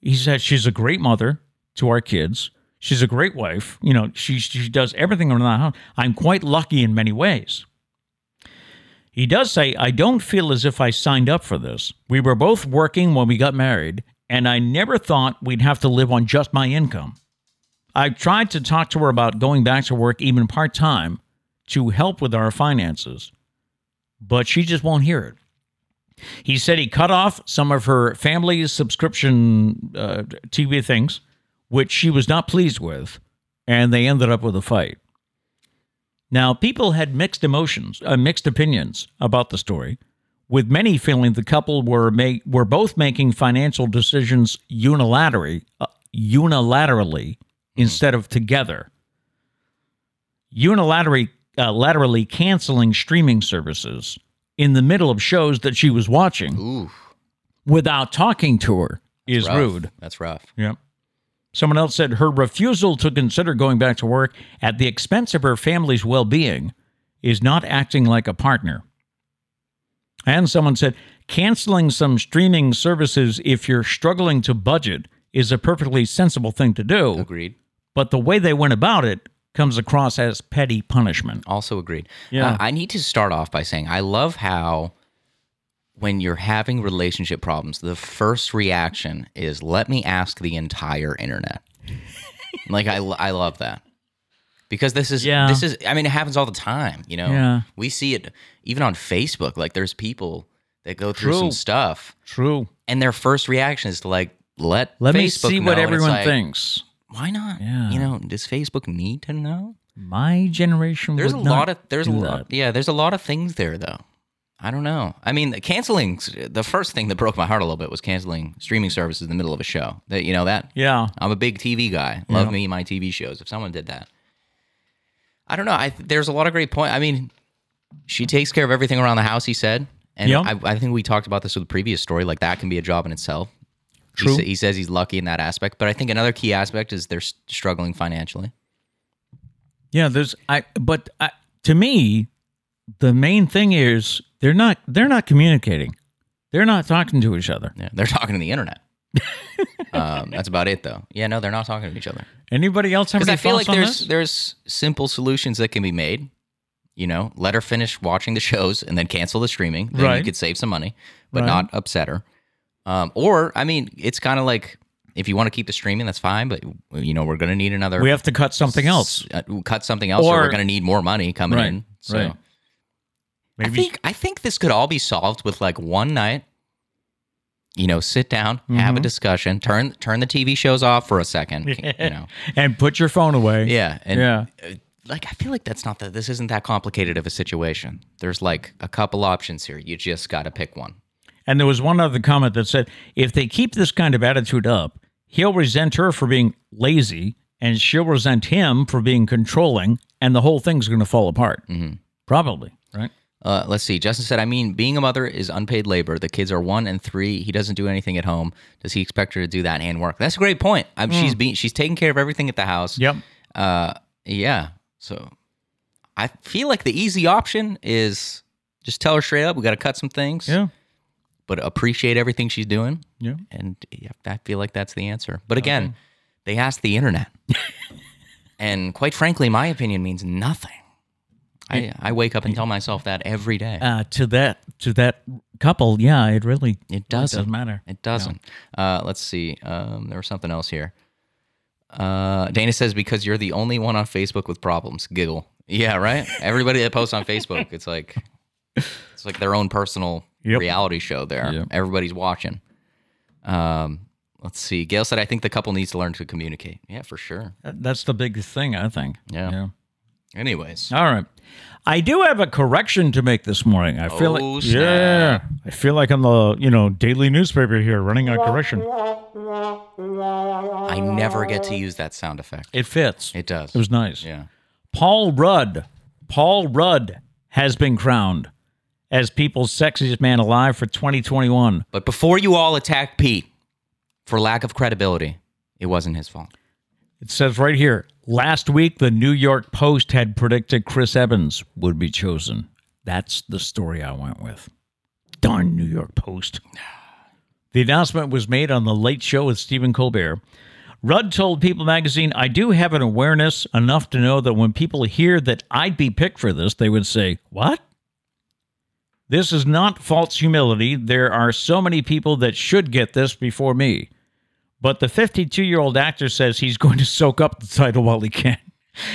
Speaker 2: He said she's a great mother to our kids. She's a great wife. You know, she she does everything around the house. I'm quite lucky in many ways. He does say, I don't feel as if I signed up for this. We were both working when we got married, and I never thought we'd have to live on just my income. I've tried to talk to her about going back to work, even part time, to help with our finances, but she just won't hear it. He said he cut off some of her family's subscription uh, TV things, which she was not pleased with, and they ended up with a fight. Now, people had mixed emotions, uh, mixed opinions about the story, with many feeling the couple were make, were both making financial decisions unilaterally, uh, unilaterally
Speaker 1: Mm-hmm.
Speaker 2: instead of together. Unilaterally, uh, laterally canceling streaming services in the middle of shows that she was watching
Speaker 1: Ooh,
Speaker 2: without talking to her is
Speaker 1: rough.
Speaker 2: rude.
Speaker 1: That's rough.
Speaker 2: Yep. Someone else said her refusal to consider going back to work at the expense of her family's well being is not acting like a partner. And someone said canceling some streaming services if you're struggling to budget is a perfectly sensible thing to do,
Speaker 1: Agreed.
Speaker 2: but the way they went about it comes across as petty punishment.
Speaker 1: Also agreed.
Speaker 2: Yeah.
Speaker 1: Uh, I need to start off by saying I love how when you're having relationship problems, the first reaction is let me ask the entire
Speaker 2: *laughs*
Speaker 1: internet. like I, lo- I love that. Because this is
Speaker 2: Yeah.
Speaker 1: this is I mean it happens all the time, you know.
Speaker 2: Yeah.
Speaker 1: We see it even on Facebook like there's people that go through
Speaker 2: True.
Speaker 1: some stuff
Speaker 2: True.
Speaker 1: and their first reaction is to like let
Speaker 2: Let
Speaker 1: Facebook
Speaker 2: me see what
Speaker 1: know. And it's
Speaker 2: everyone
Speaker 1: like,
Speaker 2: thinks.
Speaker 1: Why not?
Speaker 2: Yeah.
Speaker 1: You know, does Facebook need to know?
Speaker 2: My generation
Speaker 1: There's a
Speaker 2: would
Speaker 1: lot
Speaker 2: not
Speaker 1: of there's a
Speaker 2: do
Speaker 1: lot yeah there's a lot of things there though. I don't know. I mean, the canceling the first thing that broke my heart a little bit was canceling streaming services in the middle of a show. That you know that
Speaker 2: Yeah.
Speaker 1: I'm a big TV guy. Love me my TV shows. If someone did that, I don't know. I there's a lot of great point. I mean, she takes care of everything around the house. He said, and
Speaker 2: Yeah.
Speaker 1: I, I think we talked about this with the previous story. Like that can be a job in itself. He
Speaker 2: True.
Speaker 1: sa- he says he's lucky in that aspect, but I think another key aspect is they're s- struggling financially.
Speaker 2: Yeah, there's I but I, to me the main thing is they're not they're not communicating. They're not talking to each other.
Speaker 1: Yeah, they're talking to the
Speaker 2: *laughs*
Speaker 1: internet. um, that's about it, though. Yeah, no, they're not talking to each other
Speaker 2: Anybody else have
Speaker 1: because
Speaker 2: any
Speaker 1: I feel like
Speaker 2: thoughts on
Speaker 1: there's
Speaker 2: this?
Speaker 1: there's simple solutions that can be made. You know, let her finish watching the shows and then cancel the streaming. Then you
Speaker 2: Right.
Speaker 1: could save some money, but
Speaker 2: Right.
Speaker 1: not upset her. Um, or I mean, it's kind of like if you want to keep the streaming, that's fine. But you know, we're going to need another.
Speaker 2: We have to cut something else.
Speaker 1: uh, cut something else, or, we're
Speaker 2: Or-
Speaker 1: going to need more money coming
Speaker 2: Right,
Speaker 1: in. So
Speaker 2: right.
Speaker 1: I think I think this could all be solved with like one night. You know, sit down, have a discussion, turn turn the TV shows off for a second. You know,
Speaker 2: and put your phone away.
Speaker 1: yeah, and
Speaker 2: Yeah.
Speaker 1: uh, like I feel like that's not that this isn't that complicated of a situation. There's like a couple options here. You just got to pick one.
Speaker 2: And there was one other comment that said if they keep this kind of attitude up, he'll resent her for being lazy and she'll resent him for being controlling and the whole thing's going to fall apart.
Speaker 1: Mm-hmm.
Speaker 2: Probably, right?
Speaker 1: Uh, let's see. Justin said, I mean, being a mother is unpaid labor. The kids are one and three. He doesn't do anything at home. Does he expect her to do that and work? That's a great point. I'm, She's being she's taking care of everything at the house.
Speaker 2: Yep.
Speaker 1: Uh, yeah. So I feel like the easy option is just tell her straight up. We got to cut some things,
Speaker 2: Yeah.
Speaker 1: but appreciate everything she's doing.
Speaker 2: Yeah.
Speaker 1: And yeah, I feel like that's the answer. But again, they asked the internet. *laughs* And quite frankly, my opinion means nothing. I, I wake up and tell myself that every day.
Speaker 2: Uh, to that to that couple, yeah, it really
Speaker 1: It doesn't.
Speaker 2: doesn't matter.
Speaker 1: It doesn't. Uh, let's see. Um, there was something else here. Uh, Dana says because you're the only one on Facebook with problems. Giggle. Yeah, right.
Speaker 2: *laughs*
Speaker 1: Everybody that posts on Facebook, it's like it's like their own personal
Speaker 2: Yep.
Speaker 1: reality show. There,
Speaker 3: Yep.
Speaker 1: everybody's watching. Um, let's see. Gail said, "I think the couple needs to learn to communicate." Yeah, for sure.
Speaker 2: That- that's the big thing, I think.
Speaker 1: Yeah. Anyways,
Speaker 2: All right. I do have a correction to make this morning. I feel
Speaker 1: Oh,
Speaker 2: like
Speaker 1: snap.
Speaker 2: yeah, I feel like I'm the you know daily newspaper here running a correction.
Speaker 1: I never get to use that sound effect.
Speaker 2: It fits.
Speaker 1: It does.
Speaker 2: It was nice.
Speaker 1: yeah.
Speaker 2: Paul Rudd. Paul Rudd has been crowned as people's sexiest man alive for 2021.
Speaker 1: But before you all attack Pete for lack of credibility, it wasn't his fault.
Speaker 2: It says right here last week, the New York Post had predicted Chris Evans would be chosen. That's the story I went with. Darn New York Post. The announcement was made on The Late Show with Stephen Colbert. Rudd told People magazine, I do have an awareness enough to know that when people hear that I'd be picked for this, they would say, What? This is not false humility. There are so many people that should get this before me. But the 52 year old actor says he's going to soak up the title while he can.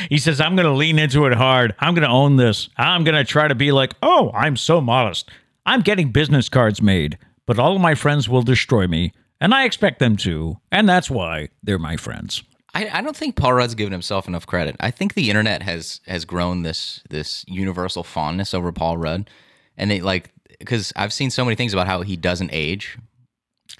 Speaker 2: He says, I'm going to lean into it hard. I'm going to own this. I'm going to try to be like, oh, I'm so modest. I'm getting business cards made, but all of my friends will destroy me, and I expect them to, and that's why they're my friends.
Speaker 1: I, I don't think Paul Rudd's given himself enough credit. I think the internet has has grown this this universal fondness over Paul Rudd, and they like because I've seen so many things about how he doesn't age.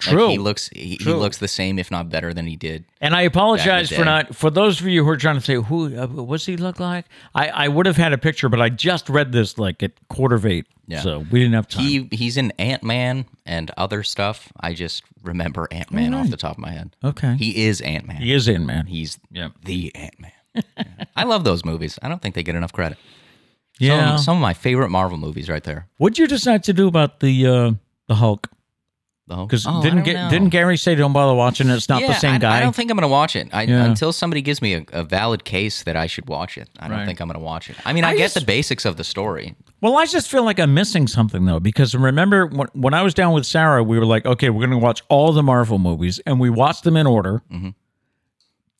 Speaker 1: Like,
Speaker 2: True.
Speaker 1: he looks he, he looks the same, if not better, than he did.
Speaker 2: And I apologize
Speaker 1: Back
Speaker 2: for
Speaker 1: in the day.
Speaker 2: not for those of you who are trying to say who uh, what's he look like. I, I would have had a picture, but I just read this like at quarter of eight,
Speaker 1: Yeah.
Speaker 2: so we didn't have time.
Speaker 1: He he's in Ant Man and other stuff. I just remember Ant Man off the top of my head.
Speaker 2: okay, he,
Speaker 1: He is Ant Man.
Speaker 2: is in, man.
Speaker 1: He's
Speaker 2: Yeah.
Speaker 1: the Ant Man. *laughs* I love those movies. I don't think they get enough credit. Some-
Speaker 2: yeah.
Speaker 1: some of my favorite Marvel movies right there.
Speaker 2: What'd you decide to do about the uh, the Hulk? Because
Speaker 1: oh,
Speaker 2: didn't get, didn't Gary say don't bother watching it? It's not the same
Speaker 1: I,
Speaker 2: guy.
Speaker 1: I don't think I'm going to watch it I,
Speaker 2: Yeah.
Speaker 1: until somebody gives me a, a valid case that I should watch it. I don't
Speaker 2: Right.
Speaker 1: think I'm going to watch it. I mean, I,
Speaker 2: I
Speaker 1: get
Speaker 2: just-
Speaker 1: the basics of the story.
Speaker 2: well, I just feel like I'm missing something though. Because remember when when I was down with Sarah, we were like, okay, we're gonna watch all the Marvel movies, and we watched them in order.
Speaker 1: And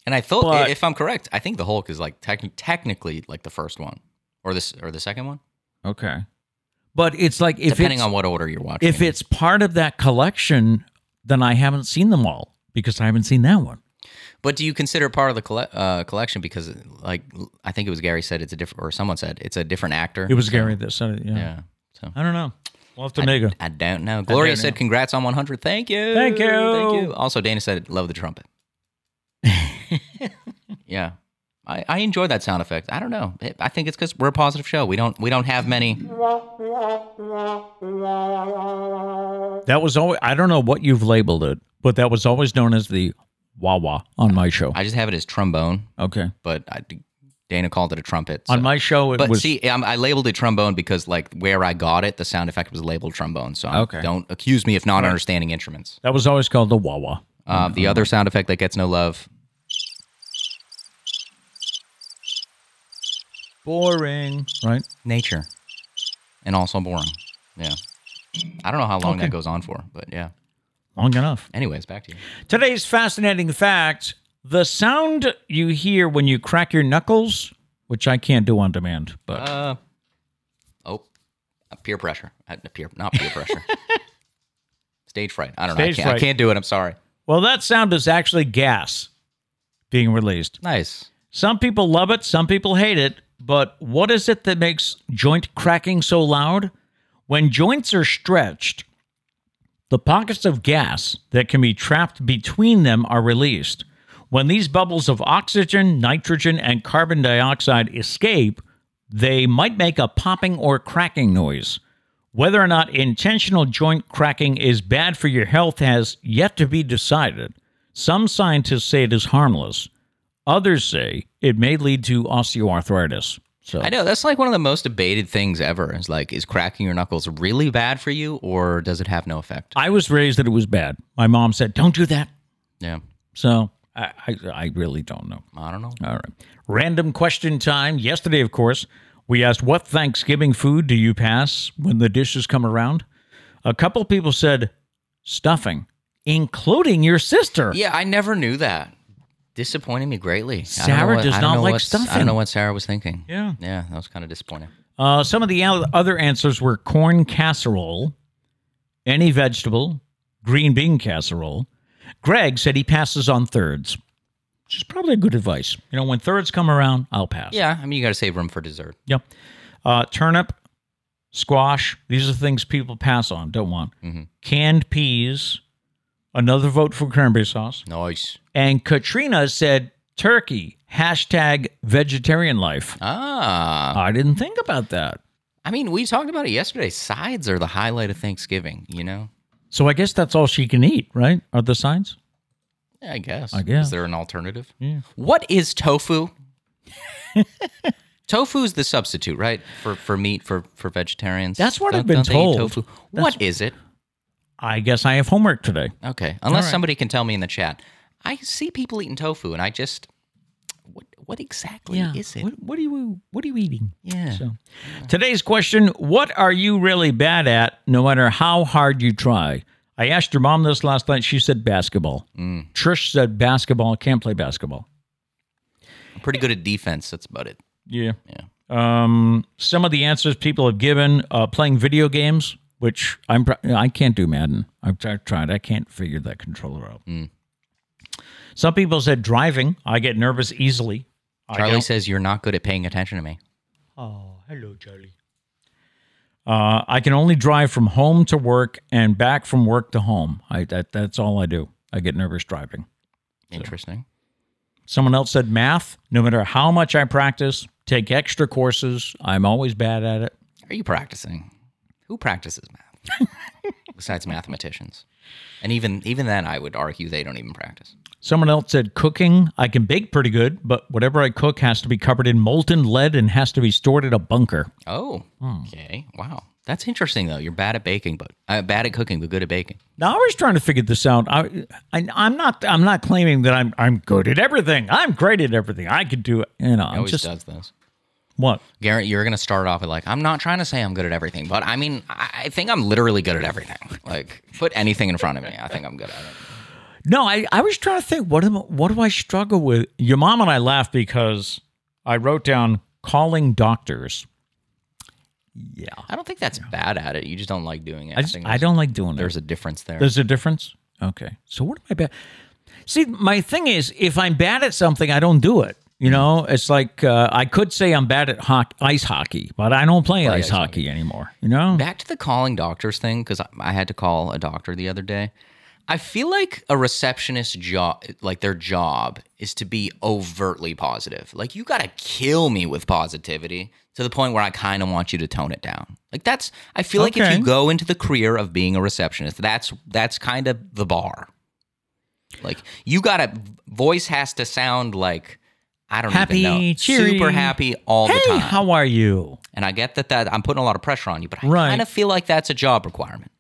Speaker 1: I thought,
Speaker 2: But-
Speaker 1: if I'm correct, I think the Hulk is like techni- technically like the first one, or this, or the second one,
Speaker 2: Okay, but it's like if
Speaker 1: Mm-hmm. depending
Speaker 2: it's,
Speaker 1: on what order you're watching.
Speaker 2: if it's part of that collection, then I haven't seen them all because I haven't seen that one.
Speaker 1: but do you consider it part of the colle- uh, collection because, like, l- I think it was Gary said it's a different, or someone said it's a different actor.
Speaker 2: It was Gary that said it. Yeah,
Speaker 1: Yeah. So
Speaker 2: I don't know. We'll have to make a
Speaker 1: I don't know. Gloria
Speaker 2: know.
Speaker 1: said, "Congrats on 100." Thank you.
Speaker 2: Thank you.
Speaker 1: Thank you. Also, Dana said, "Love the
Speaker 2: *laughs*
Speaker 1: trumpet." yeah, I, I enjoy that sound effect. I don't know. It- I think it's because we're a positive show. We don't we don't have many.
Speaker 2: That was always, I don't know what you've labeled it, but that was always known as the Wawa on my show.
Speaker 1: I just have it as trombone,
Speaker 2: Okay.
Speaker 1: but I, Dana called it a trumpet. so-
Speaker 2: On my show, it
Speaker 1: but
Speaker 2: was.
Speaker 1: see, I'm, I labeled it trombone because like where I got it, the sound effect was labeled trombone. So
Speaker 2: Okay.
Speaker 1: don't accuse me of not understanding instruments.
Speaker 2: that was always called the Wawa.
Speaker 1: Uh, the other sound effect that gets no love
Speaker 2: Boring. Right?
Speaker 1: nature and also boring. Yeah. I don't know how long that goes on for, but yeah.
Speaker 2: Long enough.
Speaker 1: Anyways, back to you.
Speaker 2: Today's fascinating fact the sound you hear when you crack your knuckles, which I can't do on demand, but
Speaker 1: Uh, oh, uh, peer pressure. Uh, peer, not peer
Speaker 2: *laughs*
Speaker 1: pressure. Stage fright. I don't know. I
Speaker 2: Stage
Speaker 1: can't, I
Speaker 2: fright.
Speaker 1: can't do it. I'm sorry.
Speaker 2: well, that sound is actually gas being released.
Speaker 1: Nice.
Speaker 2: Some people love it, some people hate it, but what is it that makes joint cracking so loud? When joints are stretched, the pockets of gas that can be trapped between them are released. When these bubbles of oxygen, nitrogen, and carbon dioxide escape, they might make a popping or cracking noise. Whether or not intentional joint cracking is bad for your health has yet to be decided. Some scientists say it is harmless. Others say it may lead to osteoarthritis. So
Speaker 1: I know. That's like one of the most debated things ever is like, is cracking your knuckles really bad for you or does it have no effect?
Speaker 2: I was raised that it was bad. My mom said, "Don't do that."
Speaker 1: Yeah.
Speaker 2: So I, I, I really don't know.
Speaker 1: I don't know.
Speaker 2: All right. Random question time. Yesterday, of course, we asked what Thanksgiving food do you pass when the dishes come around? A couple people said stuffing, including your sister.
Speaker 1: Yeah, I never knew that. Disappointed me greatly. I don't know
Speaker 2: Sarah does
Speaker 1: I don't
Speaker 2: not
Speaker 1: know
Speaker 2: like
Speaker 1: what's- I
Speaker 2: stuffing.
Speaker 1: don't know what Sarah was thinking.
Speaker 2: Yeah.
Speaker 1: Yeah, that was kind of disappointing.
Speaker 2: Uh, some of the al- other answers were corn casserole, any vegetable, green bean casserole. Greg said he passes on thirds, which is probably good advice. You know, when thirds come around, I'll pass.
Speaker 1: Yeah, I mean, you got to save room for dessert.
Speaker 2: Yep. Uh, turnip, squash. These are things people pass on, don't want.
Speaker 1: Mm-hmm.
Speaker 2: Canned peas. Another vote for cranberry sauce.
Speaker 1: Nice.
Speaker 2: And Katrina said turkey. Hashtag vegetarian life.
Speaker 1: Ah,
Speaker 2: I didn't think about that.
Speaker 1: I mean, we talked about it yesterday. Sides are the highlight of Thanksgiving. You know,
Speaker 2: So I guess that's all she can eat, right? Are the signs?
Speaker 1: Yeah, I guess.
Speaker 2: I guess.
Speaker 1: Is there an alternative?
Speaker 2: Yeah.
Speaker 1: What is tofu? *laughs* Tofu's the substitute, right? For for meat for for vegetarians.
Speaker 2: That's what
Speaker 1: Don't-
Speaker 2: I've been
Speaker 1: don't they eat
Speaker 2: told.
Speaker 1: Tofu. What is it?
Speaker 2: I guess I have homework today.
Speaker 1: Okay. Unless
Speaker 2: right.
Speaker 1: somebody can tell me in the chat. I see people eating tofu, and I just what what exactly is it?
Speaker 2: What, what are you What are you eating?
Speaker 1: Yeah.
Speaker 2: So, today's question: What are you really bad at? No matter how hard you try. I asked your mom this last night. She said basketball. Trish said basketball. Can't play basketball.
Speaker 1: I'm pretty good at defense. That's about it.
Speaker 2: Yeah.
Speaker 1: Yeah.
Speaker 2: Um. Some of the answers people have given: uh, playing video games, which I'm pr- I can't do Madden. I've tri- tried. I can't figure that controller out. Some people said driving. I get nervous easily. I
Speaker 1: Charlie
Speaker 2: don't-
Speaker 1: says you're not good at paying attention to me.
Speaker 2: Oh, hello, Charlie. Uh, I can only drive from home to work and back from work to home. I that that's all I do. I get nervous driving.
Speaker 1: Interesting.
Speaker 2: Someone else said math. No matter how much I practice, take extra courses, I'm always bad at it.
Speaker 1: Are you practicing? Who practices math?
Speaker 2: *laughs*
Speaker 1: Besides mathematicians. And even even then I would argue they don't even practice.
Speaker 2: Someone else said cooking. I can bake pretty good, but whatever I cook has to be covered in molten lead and has to be stored in a bunker.
Speaker 1: Oh.
Speaker 2: Hmm.
Speaker 1: Okay. Wow. That's interesting though. You're bad at baking, but uh, bad at cooking, but good at baking.
Speaker 2: Now I was trying to figure this out. I, I I'm not I'm not claiming that I'm I'm good at everything. I'm great at everything. I could do it. You know, I'm
Speaker 1: Always
Speaker 2: just
Speaker 1: does this.
Speaker 2: what
Speaker 1: Garrett, you're gonna start off with like, I'm not trying to say I'm good at everything, but I mean, I I think I'm literally good at everything. *laughs* Like, put anything in front of me, I think I'm good at it.
Speaker 2: No, I, I was trying to think what am what do I struggle with? Your mom and I laughed because I wrote down calling doctors. Yeah.
Speaker 1: I don't think that's bad at it. You just don't like doing it.
Speaker 2: I
Speaker 1: I,
Speaker 2: just
Speaker 1: think
Speaker 2: I don't like doing
Speaker 1: there's
Speaker 2: there's,
Speaker 1: a difference there.
Speaker 2: There's a difference? Okay. So what am I bad? See, my thing is if I'm bad at something, I don't do it. You know, it's like uh, I could say I'm bad at hoc ice hockey, but I don't play ice,
Speaker 1: ice
Speaker 2: hockey, anymore. You know?
Speaker 1: Back to the calling doctors thing, because I, I had to call a doctor the other day. I feel like a receptionist job, like their job, is to be overtly positive. Like you gotta kill me with positivity to the point where I kind of want you to tone it down. Like that's, I feel like if
Speaker 2: Okay.
Speaker 1: you go into the career of being a receptionist, that's that's kind of the bar. Like you gotta voice has to sound like I don't
Speaker 2: Happy,
Speaker 1: even know, super
Speaker 2: cheery.
Speaker 1: happy all the
Speaker 2: Hey,
Speaker 1: time.
Speaker 2: how are you?
Speaker 1: And I get that that I'm putting a lot of pressure on you, but I
Speaker 2: Right.
Speaker 1: kind of feel like that's a job requirement.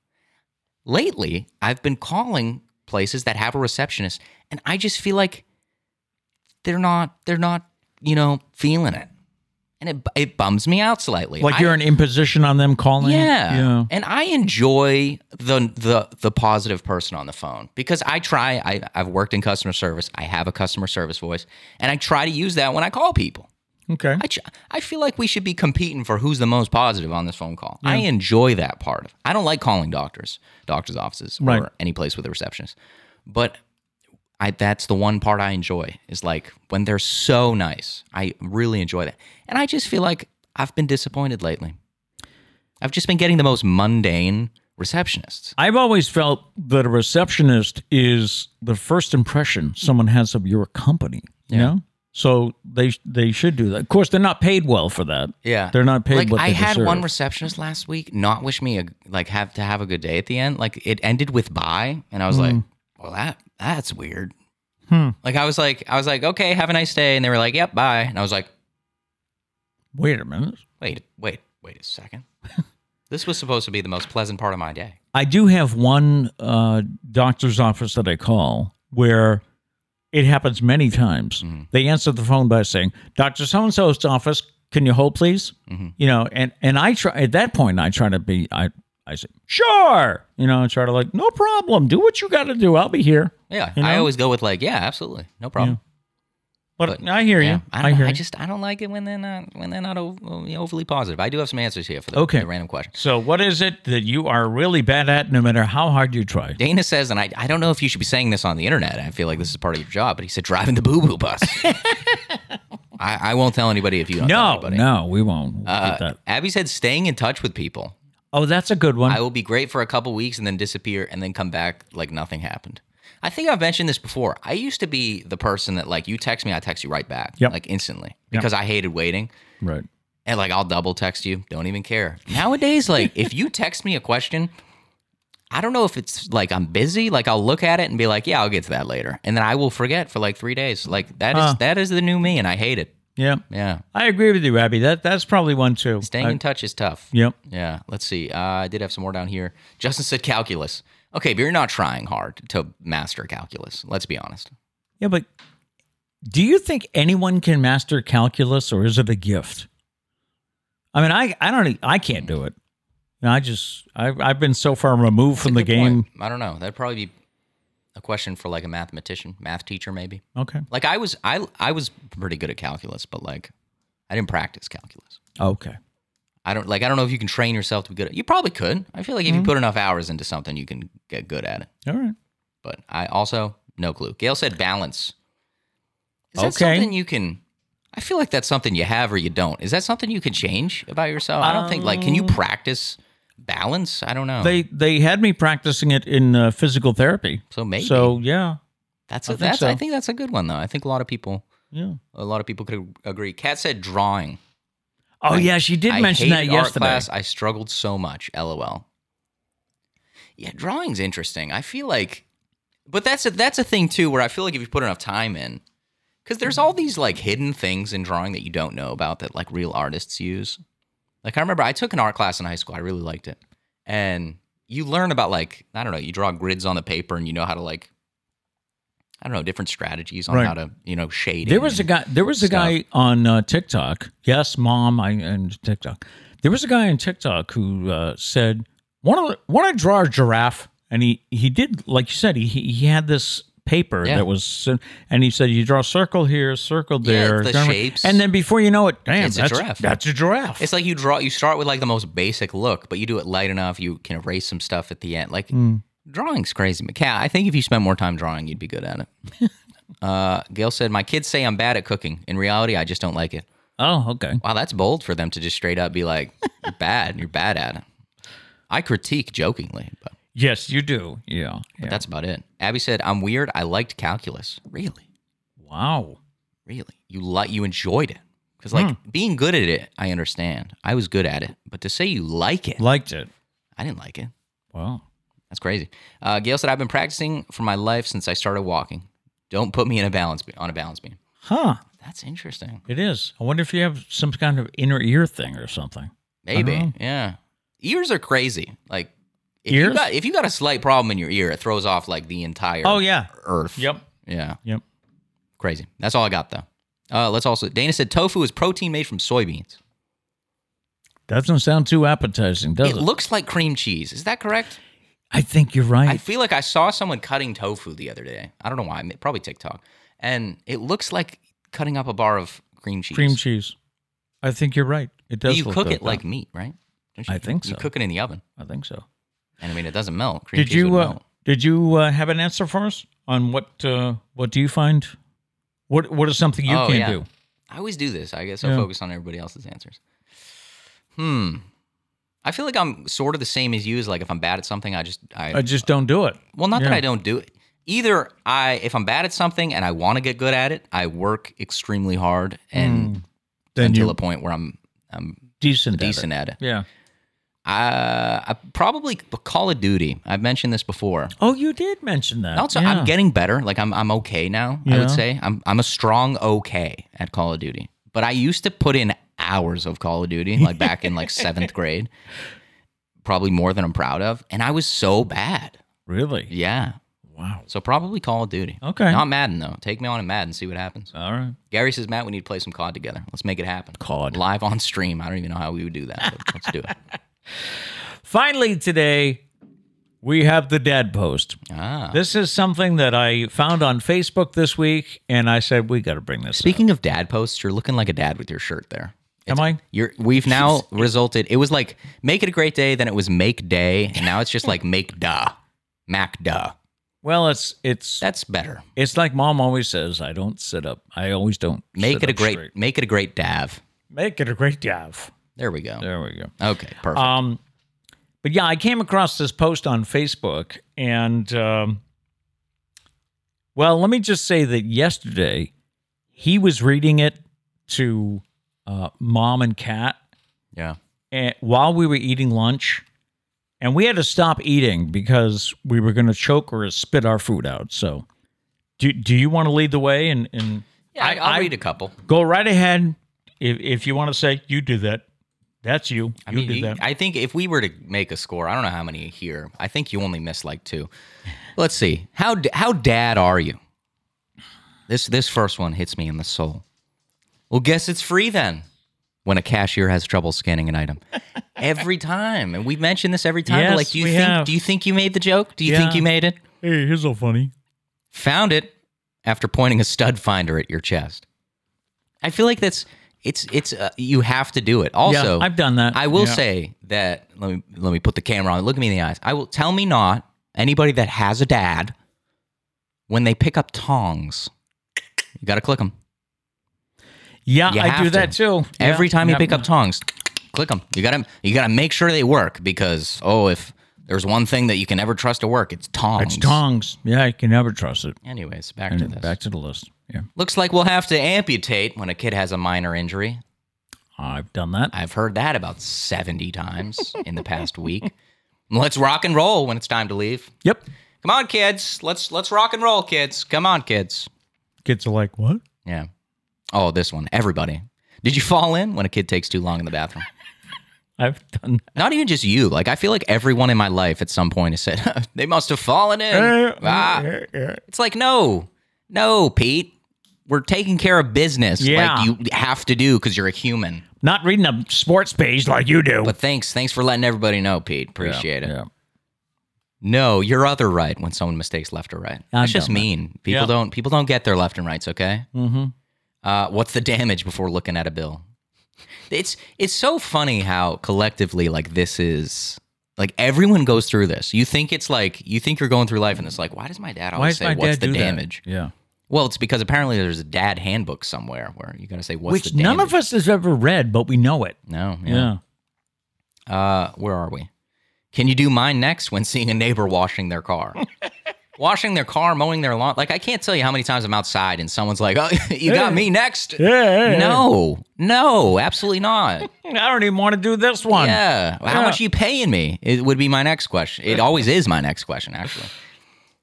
Speaker 1: Lately, I've been calling places that have a receptionist, and I just feel like they're not they're not you know feeling it, and it it bums me out slightly.
Speaker 2: Like
Speaker 1: I-
Speaker 2: you're an imposition on them calling?
Speaker 1: yeah.
Speaker 2: Yeah.
Speaker 1: And I enjoy the the the positive person on the phone because I try I, I've worked in customer service. I have a customer service voice and I try to use that when I call people.
Speaker 2: Okay.
Speaker 1: I, ch- I feel like we should be competing for who's the most positive on this phone call. I enjoy that part. of I don't like calling doctors, doctors' offices,
Speaker 2: Right.
Speaker 1: or any place with a receptionist. But I, that's the one part I enjoy is like when they're so nice. I really enjoy that. And I just feel like I've been disappointed lately. I've just been getting the most mundane receptionists.
Speaker 2: I've always felt that a receptionist is the first impression someone has of your company. You know? So they they should do that. Of course, they're not paid well for that.
Speaker 1: Yeah,
Speaker 2: They're not paid
Speaker 1: Like
Speaker 2: what
Speaker 1: I
Speaker 2: they
Speaker 1: had one
Speaker 2: deserve.
Speaker 1: receptionist last week not wish me a like have to have a good day at the end. Like it ended with bye, and
Speaker 2: Hmm.
Speaker 1: I was like, well that that's weird. Like I was like I was like okay, have a nice day, and they were like, yep, bye, and I was like,
Speaker 2: Wait a minute.
Speaker 1: wait, wait, wait a second.
Speaker 2: *laughs*
Speaker 1: this was supposed to be the most pleasant part of my day.
Speaker 2: I do have one uh, doctor's office that I call where It happens many times. They answer the phone by saying, "Doctor so and so's office, can you hold, please?" You know, and and I try at that point. I try to be I I say sure. You know, I try to like no problem. Do what you got to do. I'll be here.
Speaker 1: Yeah,
Speaker 2: You
Speaker 1: I
Speaker 2: know?
Speaker 1: always go with like, yeah, absolutely, no problem.
Speaker 2: But, I hear
Speaker 1: Yeah,
Speaker 2: you.
Speaker 1: I,
Speaker 2: I,
Speaker 1: don't,
Speaker 2: hear
Speaker 1: I
Speaker 2: you.
Speaker 1: just I don't like it when they're not when they're not o- overly positive. I do have some answers here for the,
Speaker 2: Okay.
Speaker 1: the random question.
Speaker 2: So what is it that you are really bad at, no matter how hard you try?
Speaker 1: Dana says, and I, I don't know if you should be saying this on the internet. I feel like this is part of your job, but he said driving the boo boo
Speaker 2: *laughs*
Speaker 1: bus. I, I won't tell anybody if you don't. tell
Speaker 2: No,
Speaker 1: anybody.
Speaker 2: no, we won't. We'll
Speaker 1: Uh,
Speaker 2: keep that.
Speaker 1: Abby said staying in touch with people.
Speaker 2: Oh, that's a good one.
Speaker 1: I will be great for a couple weeks and then disappear and then come back like nothing happened. I think I've mentioned this before. I used to be the person that like you text me, I text you right back,
Speaker 2: Yep.
Speaker 1: like instantly, because I hated waiting.
Speaker 2: right.
Speaker 1: And like I'll double text you, don't even care. Nowadays, like if you text me a question, I don't know if it's like I'm busy. Like I'll look at it and be like, yeah, I'll get to that later, and then I will forget for like three days. Like that is that is the new me, and I hate it.
Speaker 2: Yeah.
Speaker 1: Yeah,
Speaker 2: I agree with you, Abby. That that's probably one too.
Speaker 1: staying
Speaker 2: I-
Speaker 1: in touch is tough.
Speaker 2: Yep.
Speaker 1: Yeah, let's see. Uh, I did have some more down here. Justin said calculus. Okay, but you're not trying hard to master calculus. Let's be honest.
Speaker 2: Yeah, but do you think anyone can master calculus or is it a gift? I mean, I, I don't e, I can't do it. And I just I I've been so far removed from the
Speaker 1: Good point.
Speaker 2: game.
Speaker 1: I don't know. That'd probably be a question for like a mathematician, math teacher, maybe.
Speaker 2: Okay.
Speaker 1: Like I was, I I was pretty good at calculus, but like I didn't practice calculus.
Speaker 2: Okay.
Speaker 1: I don't like. I don't know if you can train yourself to be good. at You probably could. I feel like
Speaker 2: Mm-hmm.
Speaker 1: if you put enough hours into something, you can get good at it.
Speaker 2: All right.
Speaker 1: But I also no clue. Gail said balance. Is that
Speaker 2: Okay.
Speaker 1: something you can? I feel like that's something you have or you don't. Is that something you can change about yourself? I don't think like can you practice balance? I don't know.
Speaker 2: Um, They they had me practicing it in uh, physical therapy.
Speaker 1: so maybe
Speaker 2: So, yeah.
Speaker 1: that's a,
Speaker 2: think
Speaker 1: that's I
Speaker 2: so.
Speaker 1: think that's a good one though. I think a lot of people
Speaker 2: Yeah.
Speaker 1: a lot of people could agree. Kat said drawing.
Speaker 2: Oh yeah, she did
Speaker 1: I
Speaker 2: mention that
Speaker 1: hated art
Speaker 2: yesterday.
Speaker 1: class. I struggled so much. LOL. Yeah, drawing's interesting. I feel like, but that's a that's a thing too, where I feel like if you put enough time in, because there's all these like hidden things in drawing that you don't know about that like real artists use. Like I remember I took an art class in high school. I really liked it, and you learn about like I don't know. You draw grids on the paper, and you know how to like. I don't know different strategies on
Speaker 2: Right.
Speaker 1: how to you know shade.
Speaker 2: There was a guy. There was a guy on uh, TikTok. Yes, mom, I and TikTok. There was a guy on TikTok who uh, said, "Want to want to draw a giraffe?" And he he did like you said. He he he had this paper
Speaker 1: Yeah.
Speaker 2: that was, and he said, "You draw a circle here, circle there,
Speaker 1: the
Speaker 2: dun-
Speaker 1: shapes.
Speaker 2: and then before you know it, damn,
Speaker 1: It's a
Speaker 2: that's
Speaker 1: giraffe.
Speaker 2: That's a giraffe.
Speaker 1: It's like you draw. You start with like the most basic look, but you do it light enough. You can erase some stuff at the end. Like drawing's crazy, but Kat, I think if you spent more time drawing, you'd be good at it. uh, Gail said, "My kids say I'm bad at cooking. In reality, I just don't like it."
Speaker 2: oh, okay.
Speaker 1: Wow, that's bold for them to just straight up be like, "You're bad. You're bad at it." I critique jokingly, but,
Speaker 2: Yes, you do. Yeah.
Speaker 1: but
Speaker 2: yeah.
Speaker 1: that's about it. Abby said, "I'm weird. I liked calculus. Really,
Speaker 2: Wow.
Speaker 1: really. You like you enjoyed it because like being good at it, I understand. I was good at it, but to say you like it,
Speaker 2: Liked it.
Speaker 1: I didn't like it."
Speaker 2: Wow.
Speaker 1: That's crazy. Uh, Gail said, "I've been practicing for my life since I started walking. Don't put me in a balance beam, on a balance beam."
Speaker 2: Huh.
Speaker 1: That's interesting.
Speaker 2: It is. I wonder if you have some kind of inner ear thing or something. Uh-huh.
Speaker 1: Maybe, yeah. Ears are crazy. Like if you
Speaker 2: Ears?
Speaker 1: got if you got a slight problem in your ear, it throws off like the entire
Speaker 2: Oh yeah.
Speaker 1: earth.
Speaker 2: Yep.
Speaker 1: Yeah.
Speaker 2: Yep.
Speaker 1: Crazy. That's all I got though. Uh, let's also. Dana said tofu is protein made from soybeans.
Speaker 2: Doesn't sound too appetizing, does
Speaker 1: it
Speaker 2: it?
Speaker 1: looks like cream cheese. Is that correct?
Speaker 2: I think you're
Speaker 1: I
Speaker 2: right.
Speaker 1: feel like I saw someone cutting tofu the other day. I don't know why. Probably TikTok. And it looks like cutting up a bar of cream cheese.
Speaker 2: Cream cheese. I think you're right.
Speaker 1: But
Speaker 2: It does.
Speaker 1: you
Speaker 2: look
Speaker 1: cook it
Speaker 2: that.
Speaker 1: like meat, right? Don't
Speaker 2: I think
Speaker 1: You
Speaker 2: so.
Speaker 1: cook it in the oven,
Speaker 2: I think so.
Speaker 1: and I mean it doesn't melt. Cream
Speaker 2: Did
Speaker 1: cheese
Speaker 2: you
Speaker 1: would
Speaker 2: uh,
Speaker 1: melt.
Speaker 2: did you uh, have an answer for us on what uh, what do you find? What what is something you
Speaker 1: Oh,
Speaker 2: can't
Speaker 1: yeah.
Speaker 2: do?
Speaker 1: I always do this. I guess
Speaker 2: Yeah.
Speaker 1: I focus on everybody else's answers. Hmm. I feel like I'm sort of the same as you. Is like if I'm bad at something, I just I
Speaker 2: I just don't do it.
Speaker 1: well not that
Speaker 2: yeah.
Speaker 1: I don't do it. Either I if I'm bad at something and I want to get good at it, I work extremely hard and
Speaker 2: Hmm. Then
Speaker 1: until
Speaker 2: you
Speaker 1: a point where I'm I'm
Speaker 2: decent. at it.
Speaker 1: decent at it.
Speaker 2: Yeah.
Speaker 1: Uh, I probably Call of Duty. I've mentioned this before.
Speaker 2: Oh, you did mention that.
Speaker 1: Also,
Speaker 2: yeah.
Speaker 1: I'm getting better. Like I'm, I'm okay now. I
Speaker 2: Yeah.
Speaker 1: would say I'm, I'm a strong okay at Call of Duty. But I used to put in hours of Call of Duty, like back in like
Speaker 2: *laughs*
Speaker 1: seventh grade, probably more than I'm proud of. And I was so bad.
Speaker 2: really.
Speaker 1: Yeah,
Speaker 2: Wow.
Speaker 1: So probably Call of Duty.
Speaker 2: Okay.
Speaker 1: Not Madden though. Take me on in Madden, see what happens.
Speaker 2: All right.
Speaker 1: Gary says, Matt, we need to play some COD together. Let's make it happen.
Speaker 2: COD.
Speaker 1: Live on stream. I don't even know how we would do that, but let's do
Speaker 2: *laughs*
Speaker 1: it.
Speaker 2: Finally, today, we have the dad post.
Speaker 1: Ah.
Speaker 2: This is something that I found on Facebook this week, and I said, we got to bring this
Speaker 1: Speaking of dad posts, you're looking like a dad with your shirt there.
Speaker 2: up. Am I?
Speaker 1: You're, we've now resulted. It was like make it a great day, then it was make day, and now it's just like make duh, mac duh.
Speaker 2: Well, it's it's
Speaker 1: That's better.
Speaker 2: it's like mom always says, I don't sit up. I always don't
Speaker 1: Make
Speaker 2: sit
Speaker 1: it a
Speaker 2: up
Speaker 1: great,
Speaker 2: straight.
Speaker 1: make it a great dav.
Speaker 2: Make it a great dive.
Speaker 1: There we go.
Speaker 2: There we go.
Speaker 1: Okay, perfect.
Speaker 2: Um, but yeah, I came across this post on Facebook, and um, well, let me just say that yesterday he was reading it to uh, mom and cat
Speaker 1: yeah.
Speaker 2: and while we were eating lunch, and we had to stop eating because we were going to choke or spit our food out. So, do do you want to lead the way and and
Speaker 1: Yeah, I, I'll read a couple.
Speaker 2: go right ahead if if you want to say you did that, that's you.
Speaker 1: I
Speaker 2: you
Speaker 1: mean,
Speaker 2: did
Speaker 1: you-
Speaker 2: that.
Speaker 1: I think if we were to make a score, I don't know how many here. I think you only missed like two. Let's see. How d- how dad are you? This this first one hits me in the soul. Well, guess it's free then. When a cashier has trouble scanning an
Speaker 2: *laughs*
Speaker 1: item, every time, and we mention this every time. but,
Speaker 2: Yes,
Speaker 1: like, do you
Speaker 2: we
Speaker 1: think
Speaker 2: have.
Speaker 1: do you think you made the joke? Do you think
Speaker 2: Yeah.
Speaker 1: you made it?
Speaker 2: hey, here's so funny.
Speaker 1: Found it after pointing a stud finder at your chest. I feel like that's it's it's uh, you have to do it. Also,
Speaker 2: yeah, I've done that.
Speaker 1: I will
Speaker 2: Yeah.
Speaker 1: say that let me let me put the camera on. Look at me in the eyes. I will tell me not anybody that has a dad when they pick up tongs. You got to click them
Speaker 2: Yeah,
Speaker 1: you
Speaker 2: I do
Speaker 1: have
Speaker 2: that
Speaker 1: to.
Speaker 2: too.
Speaker 1: every
Speaker 2: Yeah.
Speaker 1: time you
Speaker 2: Yeah.
Speaker 1: pick up tongs. Click them. You got to you got to make sure they work because oh, if there's one thing that you can never trust to work, it's tongs.
Speaker 2: It's tongs. Yeah, you can never trust it.
Speaker 1: Anyways, back to
Speaker 2: And
Speaker 1: this.
Speaker 2: back to the list. Yeah,
Speaker 1: Looks like we'll have to amputate when a kid has a minor injury.
Speaker 2: I've done that.
Speaker 1: I've heard that about 70 times in the past
Speaker 2: *laughs*
Speaker 1: week. Let's rock and roll when it's time to leave.
Speaker 2: yep.
Speaker 1: Come on, kids. Let's let's rock and roll, kids. Come on, kids.
Speaker 2: Kids are like, what?
Speaker 1: Yeah. Oh, this one. Everybody. Did you fall in when a kid takes too long in the
Speaker 2: *laughs*
Speaker 1: bathroom?
Speaker 2: I've done. That.
Speaker 1: Not even just you. Like I feel like everyone in my life at some point has said *laughs* they must have fallen in.
Speaker 2: Eh,
Speaker 1: Ah. It's like no, no, Pete. We're taking care of business,
Speaker 2: Yeah.
Speaker 1: like you have to do because you're a human.
Speaker 2: Not reading a sports page like you do.
Speaker 1: But thanks, thanks for letting everybody know, Pete. Appreciate it.
Speaker 2: Yeah.
Speaker 1: No, your other right when someone mistakes left or right.
Speaker 2: I
Speaker 1: That's just
Speaker 2: don't know.
Speaker 1: mean. People
Speaker 2: Yeah.
Speaker 1: don't people don't get their left and rights, okay? Mm-hmm. Uh, what's the damage before looking at a bill? It's it's so funny how collectively like this is like everyone goes through this. You think it's like you think you're going through life and it's like, why does my dad
Speaker 2: Why
Speaker 1: always
Speaker 2: does
Speaker 1: say
Speaker 2: my
Speaker 1: what's
Speaker 2: dad
Speaker 1: the
Speaker 2: do that?
Speaker 1: damage?
Speaker 2: Yeah.
Speaker 1: Well, it's because apparently there's a dad handbook somewhere where you gotta say what's the
Speaker 2: Which
Speaker 1: damage.
Speaker 2: none of us has ever read, but we know it.
Speaker 1: no, yeah.
Speaker 2: Yeah.
Speaker 1: Uh, where are we? Can you do mine next when seeing a neighbor washing their
Speaker 2: *laughs*
Speaker 1: car? washing their car, mowing their lawn. Like, I can't tell you how many times I'm outside and someone's like, oh, *laughs* you got me next.
Speaker 2: Yeah.
Speaker 1: No, no, absolutely
Speaker 2: *laughs*
Speaker 1: not.
Speaker 2: I don't even want to do this one.
Speaker 1: Yeah. How
Speaker 2: Yeah.
Speaker 1: much are you paying me? It would be my next question. It always is my next question, actually.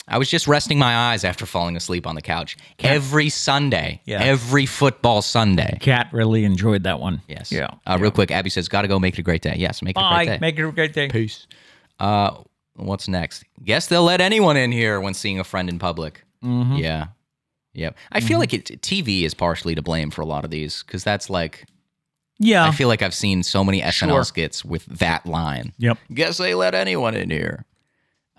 Speaker 1: I was just resting my eyes after falling asleep on the couch every Sunday,
Speaker 2: Yeah.
Speaker 1: every football Sunday.
Speaker 2: Cat really enjoyed that one.
Speaker 1: Yes.
Speaker 2: Yeah.
Speaker 1: Uh, Real quick, Abby says, "Gotta go. Make it a great day." Yes, make it a great
Speaker 2: Bye.
Speaker 1: day.
Speaker 2: Make it a great day.
Speaker 1: Peace. Uh, what's next? Guess they'll let anyone in here when seeing a friend in public.
Speaker 2: Mm-hmm.
Speaker 1: Yeah. Yep. I feel like it, TV is partially to blame for a lot of these because that's like,
Speaker 2: Yeah.
Speaker 1: I feel like I've seen so many SNL
Speaker 2: Oh. Sure.
Speaker 1: skits with that line.
Speaker 2: yep.
Speaker 1: Guess they let anyone in here.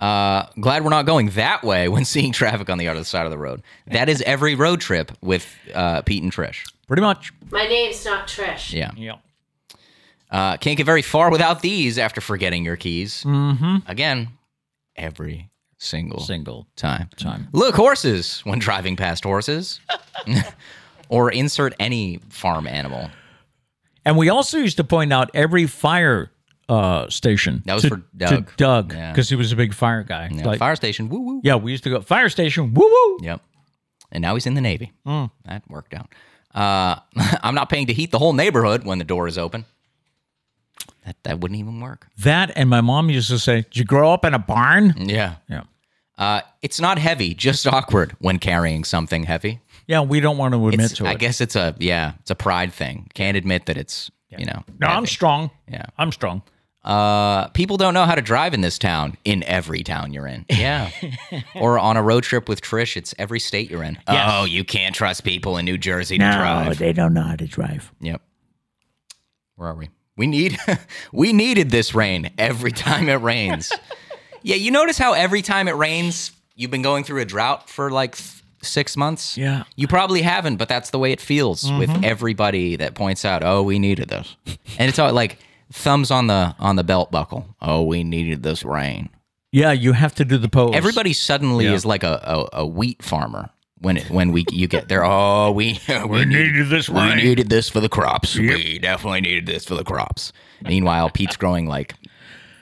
Speaker 1: Uh, glad we're not going that way when seeing traffic on the other side of the road. That is every road trip with uh, Pete and Trish.
Speaker 2: Pretty much.
Speaker 3: My name's not Trish.
Speaker 1: Yeah.
Speaker 2: Yeah.
Speaker 1: Uh, can't get very far without these after forgetting your keys.
Speaker 2: Mm-hmm.
Speaker 1: Again, every single
Speaker 2: Single
Speaker 1: time.
Speaker 2: time.
Speaker 1: Look, horses when driving past horses. *laughs* or insert any farm animal.
Speaker 2: And we also used to point out every fire uh, station.
Speaker 1: That was
Speaker 2: to,
Speaker 1: for
Speaker 2: To
Speaker 1: Doug.
Speaker 2: Doug,
Speaker 1: Yeah.
Speaker 2: because he was a big fire guy.
Speaker 1: Yeah,
Speaker 2: Like,
Speaker 1: fire station. Woo woo.
Speaker 2: yeah, we used to go fire station. Woo woo.
Speaker 1: Yep. And now he's in the Navy. That worked out. Uh, *laughs* I'm not paying to heat the whole neighborhood when the door is open. That that wouldn't even work.
Speaker 2: That and my mom used to say, "Did you grow up in a barn?"
Speaker 1: Yeah.
Speaker 2: Yeah.
Speaker 1: Uh, it's not heavy, just awkward when carrying something heavy.
Speaker 2: Yeah, we don't want to admit
Speaker 1: It's-
Speaker 2: to it.
Speaker 1: I guess it's a yeah, it's a pride thing. Can't admit that it's you know.
Speaker 2: no, I'm
Speaker 1: heavy.
Speaker 2: strong.
Speaker 1: Yeah.
Speaker 2: I'm strong.
Speaker 1: Uh, people don't know how to drive in this town. In every town you're in, yeah. *laughs* or on a road trip with Trish, it's every state you're in. Oh, you can't trust people in New Jersey to drive.
Speaker 2: Oh, they don't know how to drive.
Speaker 1: Yep. Where are we? We need *laughs* we needed this rain every time it
Speaker 2: *laughs*
Speaker 1: rains. yeah, you notice how every time it rains, you've been going through a drought for like th- 6 months?
Speaker 2: Yeah. Mm-hmm.
Speaker 1: You probably haven't, but that's the way it feels with everybody that points out, "Oh, we needed this." and it's all like thumbs on the on the belt buckle. "Oh, we needed this rain."
Speaker 2: Yeah, you have to do the pose.
Speaker 1: Everybody suddenly is like a, a, a wheat farmer when it, when we you get there. Oh, we *laughs* we need
Speaker 2: needed this
Speaker 1: we
Speaker 2: rain.
Speaker 1: needed this for the crops. We definitely needed this for the crops. Meanwhile, Pete's growing like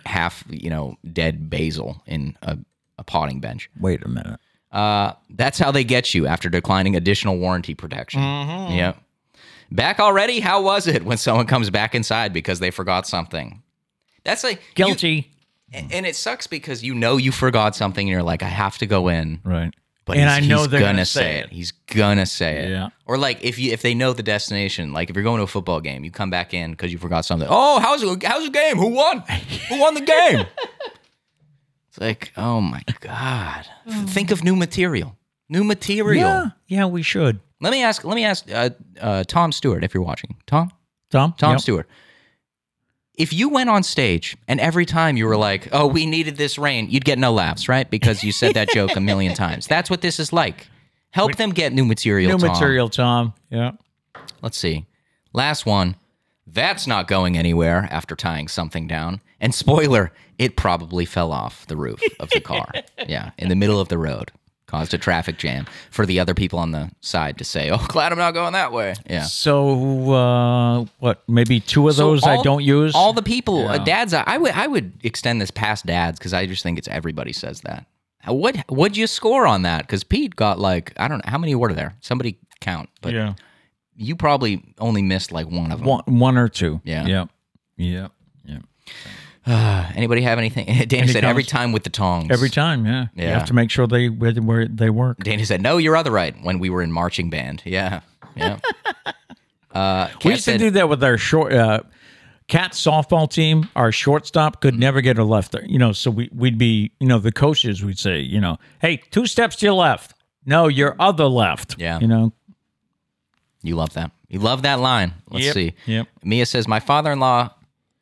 Speaker 1: half, you know, dead basil in a, a potting bench.
Speaker 2: Wait a minute.
Speaker 1: Uh, that's how they get you after declining additional warranty protection.
Speaker 2: Mm-hmm.
Speaker 1: Yeah. Back already? How was it when someone comes back inside because they forgot something? That's like you-
Speaker 2: Guilty.
Speaker 1: and and it sucks because you know you forgot something and you're like, I have to go in.
Speaker 2: right.
Speaker 1: But
Speaker 2: and
Speaker 1: he's,
Speaker 2: I know
Speaker 1: he's
Speaker 2: they're
Speaker 1: gonna,
Speaker 2: gonna
Speaker 1: say it. He's gonna say it.
Speaker 2: Yeah.
Speaker 1: Or like if you if they know the destination, like if you're going to a football game, you come back in because you forgot something. Oh, how's it, how's the game? Who won? Who won the
Speaker 2: *laughs*
Speaker 1: game? it's like, oh my god. Think of new material. New material.
Speaker 2: Yeah. Yeah, we should.
Speaker 1: Let me ask. Let me ask uh, uh, Tom Stewart if you're watching. Tom.
Speaker 2: Tom?
Speaker 1: Tom
Speaker 2: Yep.
Speaker 1: Stewart. If you went on stage and every time you were like, "Oh, we needed this rain," you'd get no laughs, right? Because you said that joke a
Speaker 2: *laughs*
Speaker 1: million times. That's what this is like. Help them get new material.
Speaker 2: New
Speaker 1: Tom.
Speaker 2: material, Tom. Yeah.
Speaker 1: Let's see. Last one. That's not going anywhere after tying something down. And spoiler, it probably fell off the roof of the
Speaker 2: *laughs*
Speaker 1: car. yeah, in the middle of the road, caused a traffic jam for the other people on the side to say, "Oh, glad I'm not going that way." Yeah.
Speaker 2: So, uh, what, maybe two of
Speaker 1: So
Speaker 2: those I
Speaker 1: all-
Speaker 2: don't use?
Speaker 1: All the people, uh, dads. I I would I would extend this past dads because I just think it's everybody says that. Uh, What what'd you score on that? Because Pete got like I don't know how many were there. Somebody count, but
Speaker 2: yeah.
Speaker 1: you probably only missed like one of them.
Speaker 2: One, one or two.
Speaker 1: Yeah.
Speaker 2: Yeah. Yeah. Yeah.
Speaker 1: Anybody have anything? *laughs* Dana said every time with the tongs.
Speaker 2: Every time, yeah. You
Speaker 1: Yeah.
Speaker 2: have to make sure they where, where they work.
Speaker 1: Dana said no, you're other right. When we were in marching band, yeah, yeah. uh,
Speaker 2: We
Speaker 1: Kat
Speaker 2: used
Speaker 1: said,
Speaker 2: to do that with our short uh, cat softball team. Our shortstop could never get a left there, you know. So we we'd be, you know, the coaches would say, you know, hey, two steps to your left. No, your other left.
Speaker 1: Yeah.
Speaker 2: you know.
Speaker 1: You love that. You love that line. Let's
Speaker 2: Yep,
Speaker 1: see.
Speaker 2: yep.
Speaker 1: Mia says, My father in law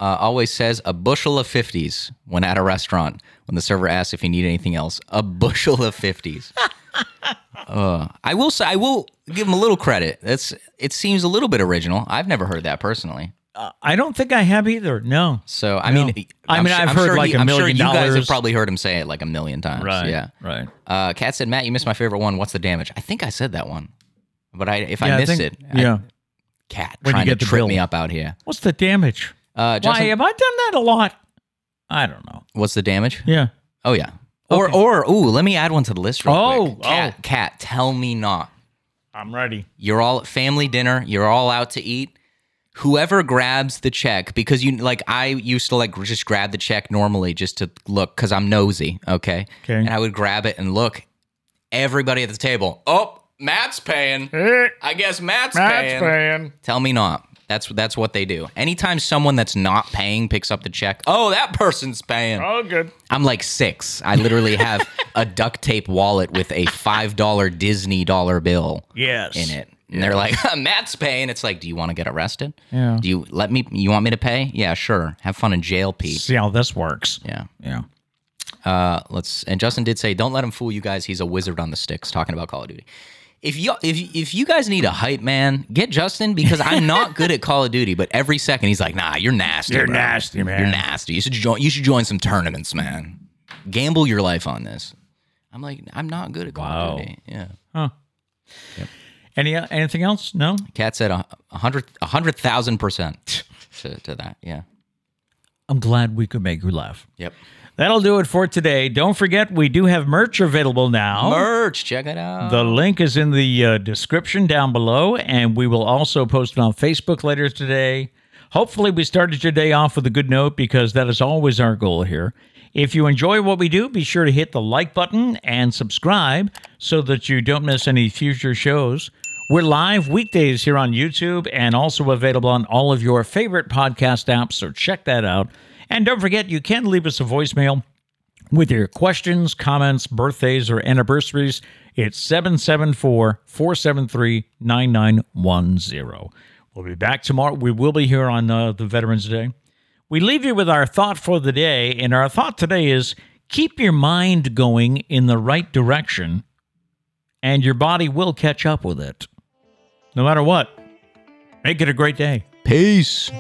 Speaker 1: uh, always says a bushel of 50s when at a restaurant. When the server asks if you need anything else, a bushel of
Speaker 2: *laughs*
Speaker 1: 50s. Uh, I will say, I will give him a little credit. That's It seems a little bit original. I've never heard that personally.
Speaker 2: Uh, I don't think I have either. No.
Speaker 1: So, I
Speaker 2: No.
Speaker 1: mean,
Speaker 2: I
Speaker 1: I'm
Speaker 2: mean,
Speaker 1: su-
Speaker 2: I've
Speaker 1: I'm
Speaker 2: heard
Speaker 1: sure
Speaker 2: like
Speaker 1: he-
Speaker 2: a
Speaker 1: I'm sure
Speaker 2: million
Speaker 1: you guys have
Speaker 2: dollars.
Speaker 1: probably heard him say it like a million times. Yeah.
Speaker 2: Right.
Speaker 1: Uh, Kat said, Matt, you missed my favorite one. What's the damage? I think I said that one. But I, if
Speaker 2: Yeah,
Speaker 1: I missed
Speaker 2: think-
Speaker 1: it, I-
Speaker 2: yeah.
Speaker 1: Kat
Speaker 2: When you
Speaker 1: trying to
Speaker 2: get the
Speaker 1: trip me
Speaker 2: bill.
Speaker 1: up out here.
Speaker 2: What's the damage?
Speaker 1: Uh,
Speaker 2: Why
Speaker 1: Justin,
Speaker 2: have I done that a lot? I don't know.
Speaker 1: What's the damage?
Speaker 2: Yeah.
Speaker 1: Oh yeah. Or or ooh, let me add one to the list real
Speaker 2: Oh,
Speaker 1: quick. Cat, cat, tell me not.
Speaker 2: I'm ready.
Speaker 1: You're all at family dinner. You're all out to eat. Whoever grabs the check, because you like, I used to like just grab the check normally just to look, because I'm nosy. Okay.
Speaker 2: Okay.
Speaker 1: And I would grab it and look. Everybody at the table. Oh, Matt's
Speaker 2: *laughs*
Speaker 1: paying. I guess Matt's, paying. Tell me not. That's that's what they do. Anytime someone that's not paying picks up the check, oh, that person's paying.
Speaker 2: Oh, good.
Speaker 1: I'm like six. I literally have a duct tape wallet with a five dollar Disney dollar bill
Speaker 2: Yes.
Speaker 1: in it. And they're like, *laughs* Matt's paying. It's like, do you want to get arrested?
Speaker 2: Yeah.
Speaker 1: Do you let me? You want me to pay? Yeah, sure. Have fun in jail, Pete.
Speaker 2: See how this works.
Speaker 1: Yeah.
Speaker 2: Yeah.
Speaker 1: Uh, let's. And Justin did say, don't let him fool you guys. He's a wizard on the sticks. Talking about Call of Duty. If you if if you guys need a hype man, get Justin because I'm not good at Call of Duty. But every second he's like, nah, you're nasty.
Speaker 2: You're
Speaker 1: bro.
Speaker 2: nasty, man.
Speaker 1: You're nasty. You should join. You should join some tournaments, man. Gamble your life on this. I'm like, I'm not good at Call
Speaker 2: Wow.
Speaker 1: of Duty. Yeah.
Speaker 2: Any uh, anything else? No.
Speaker 1: Kat said a a hundred a hundred thousand percent to to that. Yeah.
Speaker 2: I'm glad we could make you laugh.
Speaker 1: Yep.
Speaker 2: That'll do it for today. Don't forget, we do have merch available now.
Speaker 1: Merch. Check it out.
Speaker 2: the link is in the uh, description down below, and we will also post it on Facebook later today. Hopefully, we started your day off with a good note because that is always our goal here. If you enjoy what we do, be sure to hit the like button and subscribe so that you don't miss any future shows. We're live weekdays here on YouTube and also available on all of your favorite podcast apps, so check that out. And don't forget, you can leave us a voicemail with your questions, comments, birthdays, or anniversaries. It's 774 473 9910. We'll be back tomorrow. We will be here on uh, the Veterans Day. We leave you with our thought for the day, and our thought today is keep your mind going in the right direction, and your body will catch up with it. No matter what, make it a great day.
Speaker 1: Peace.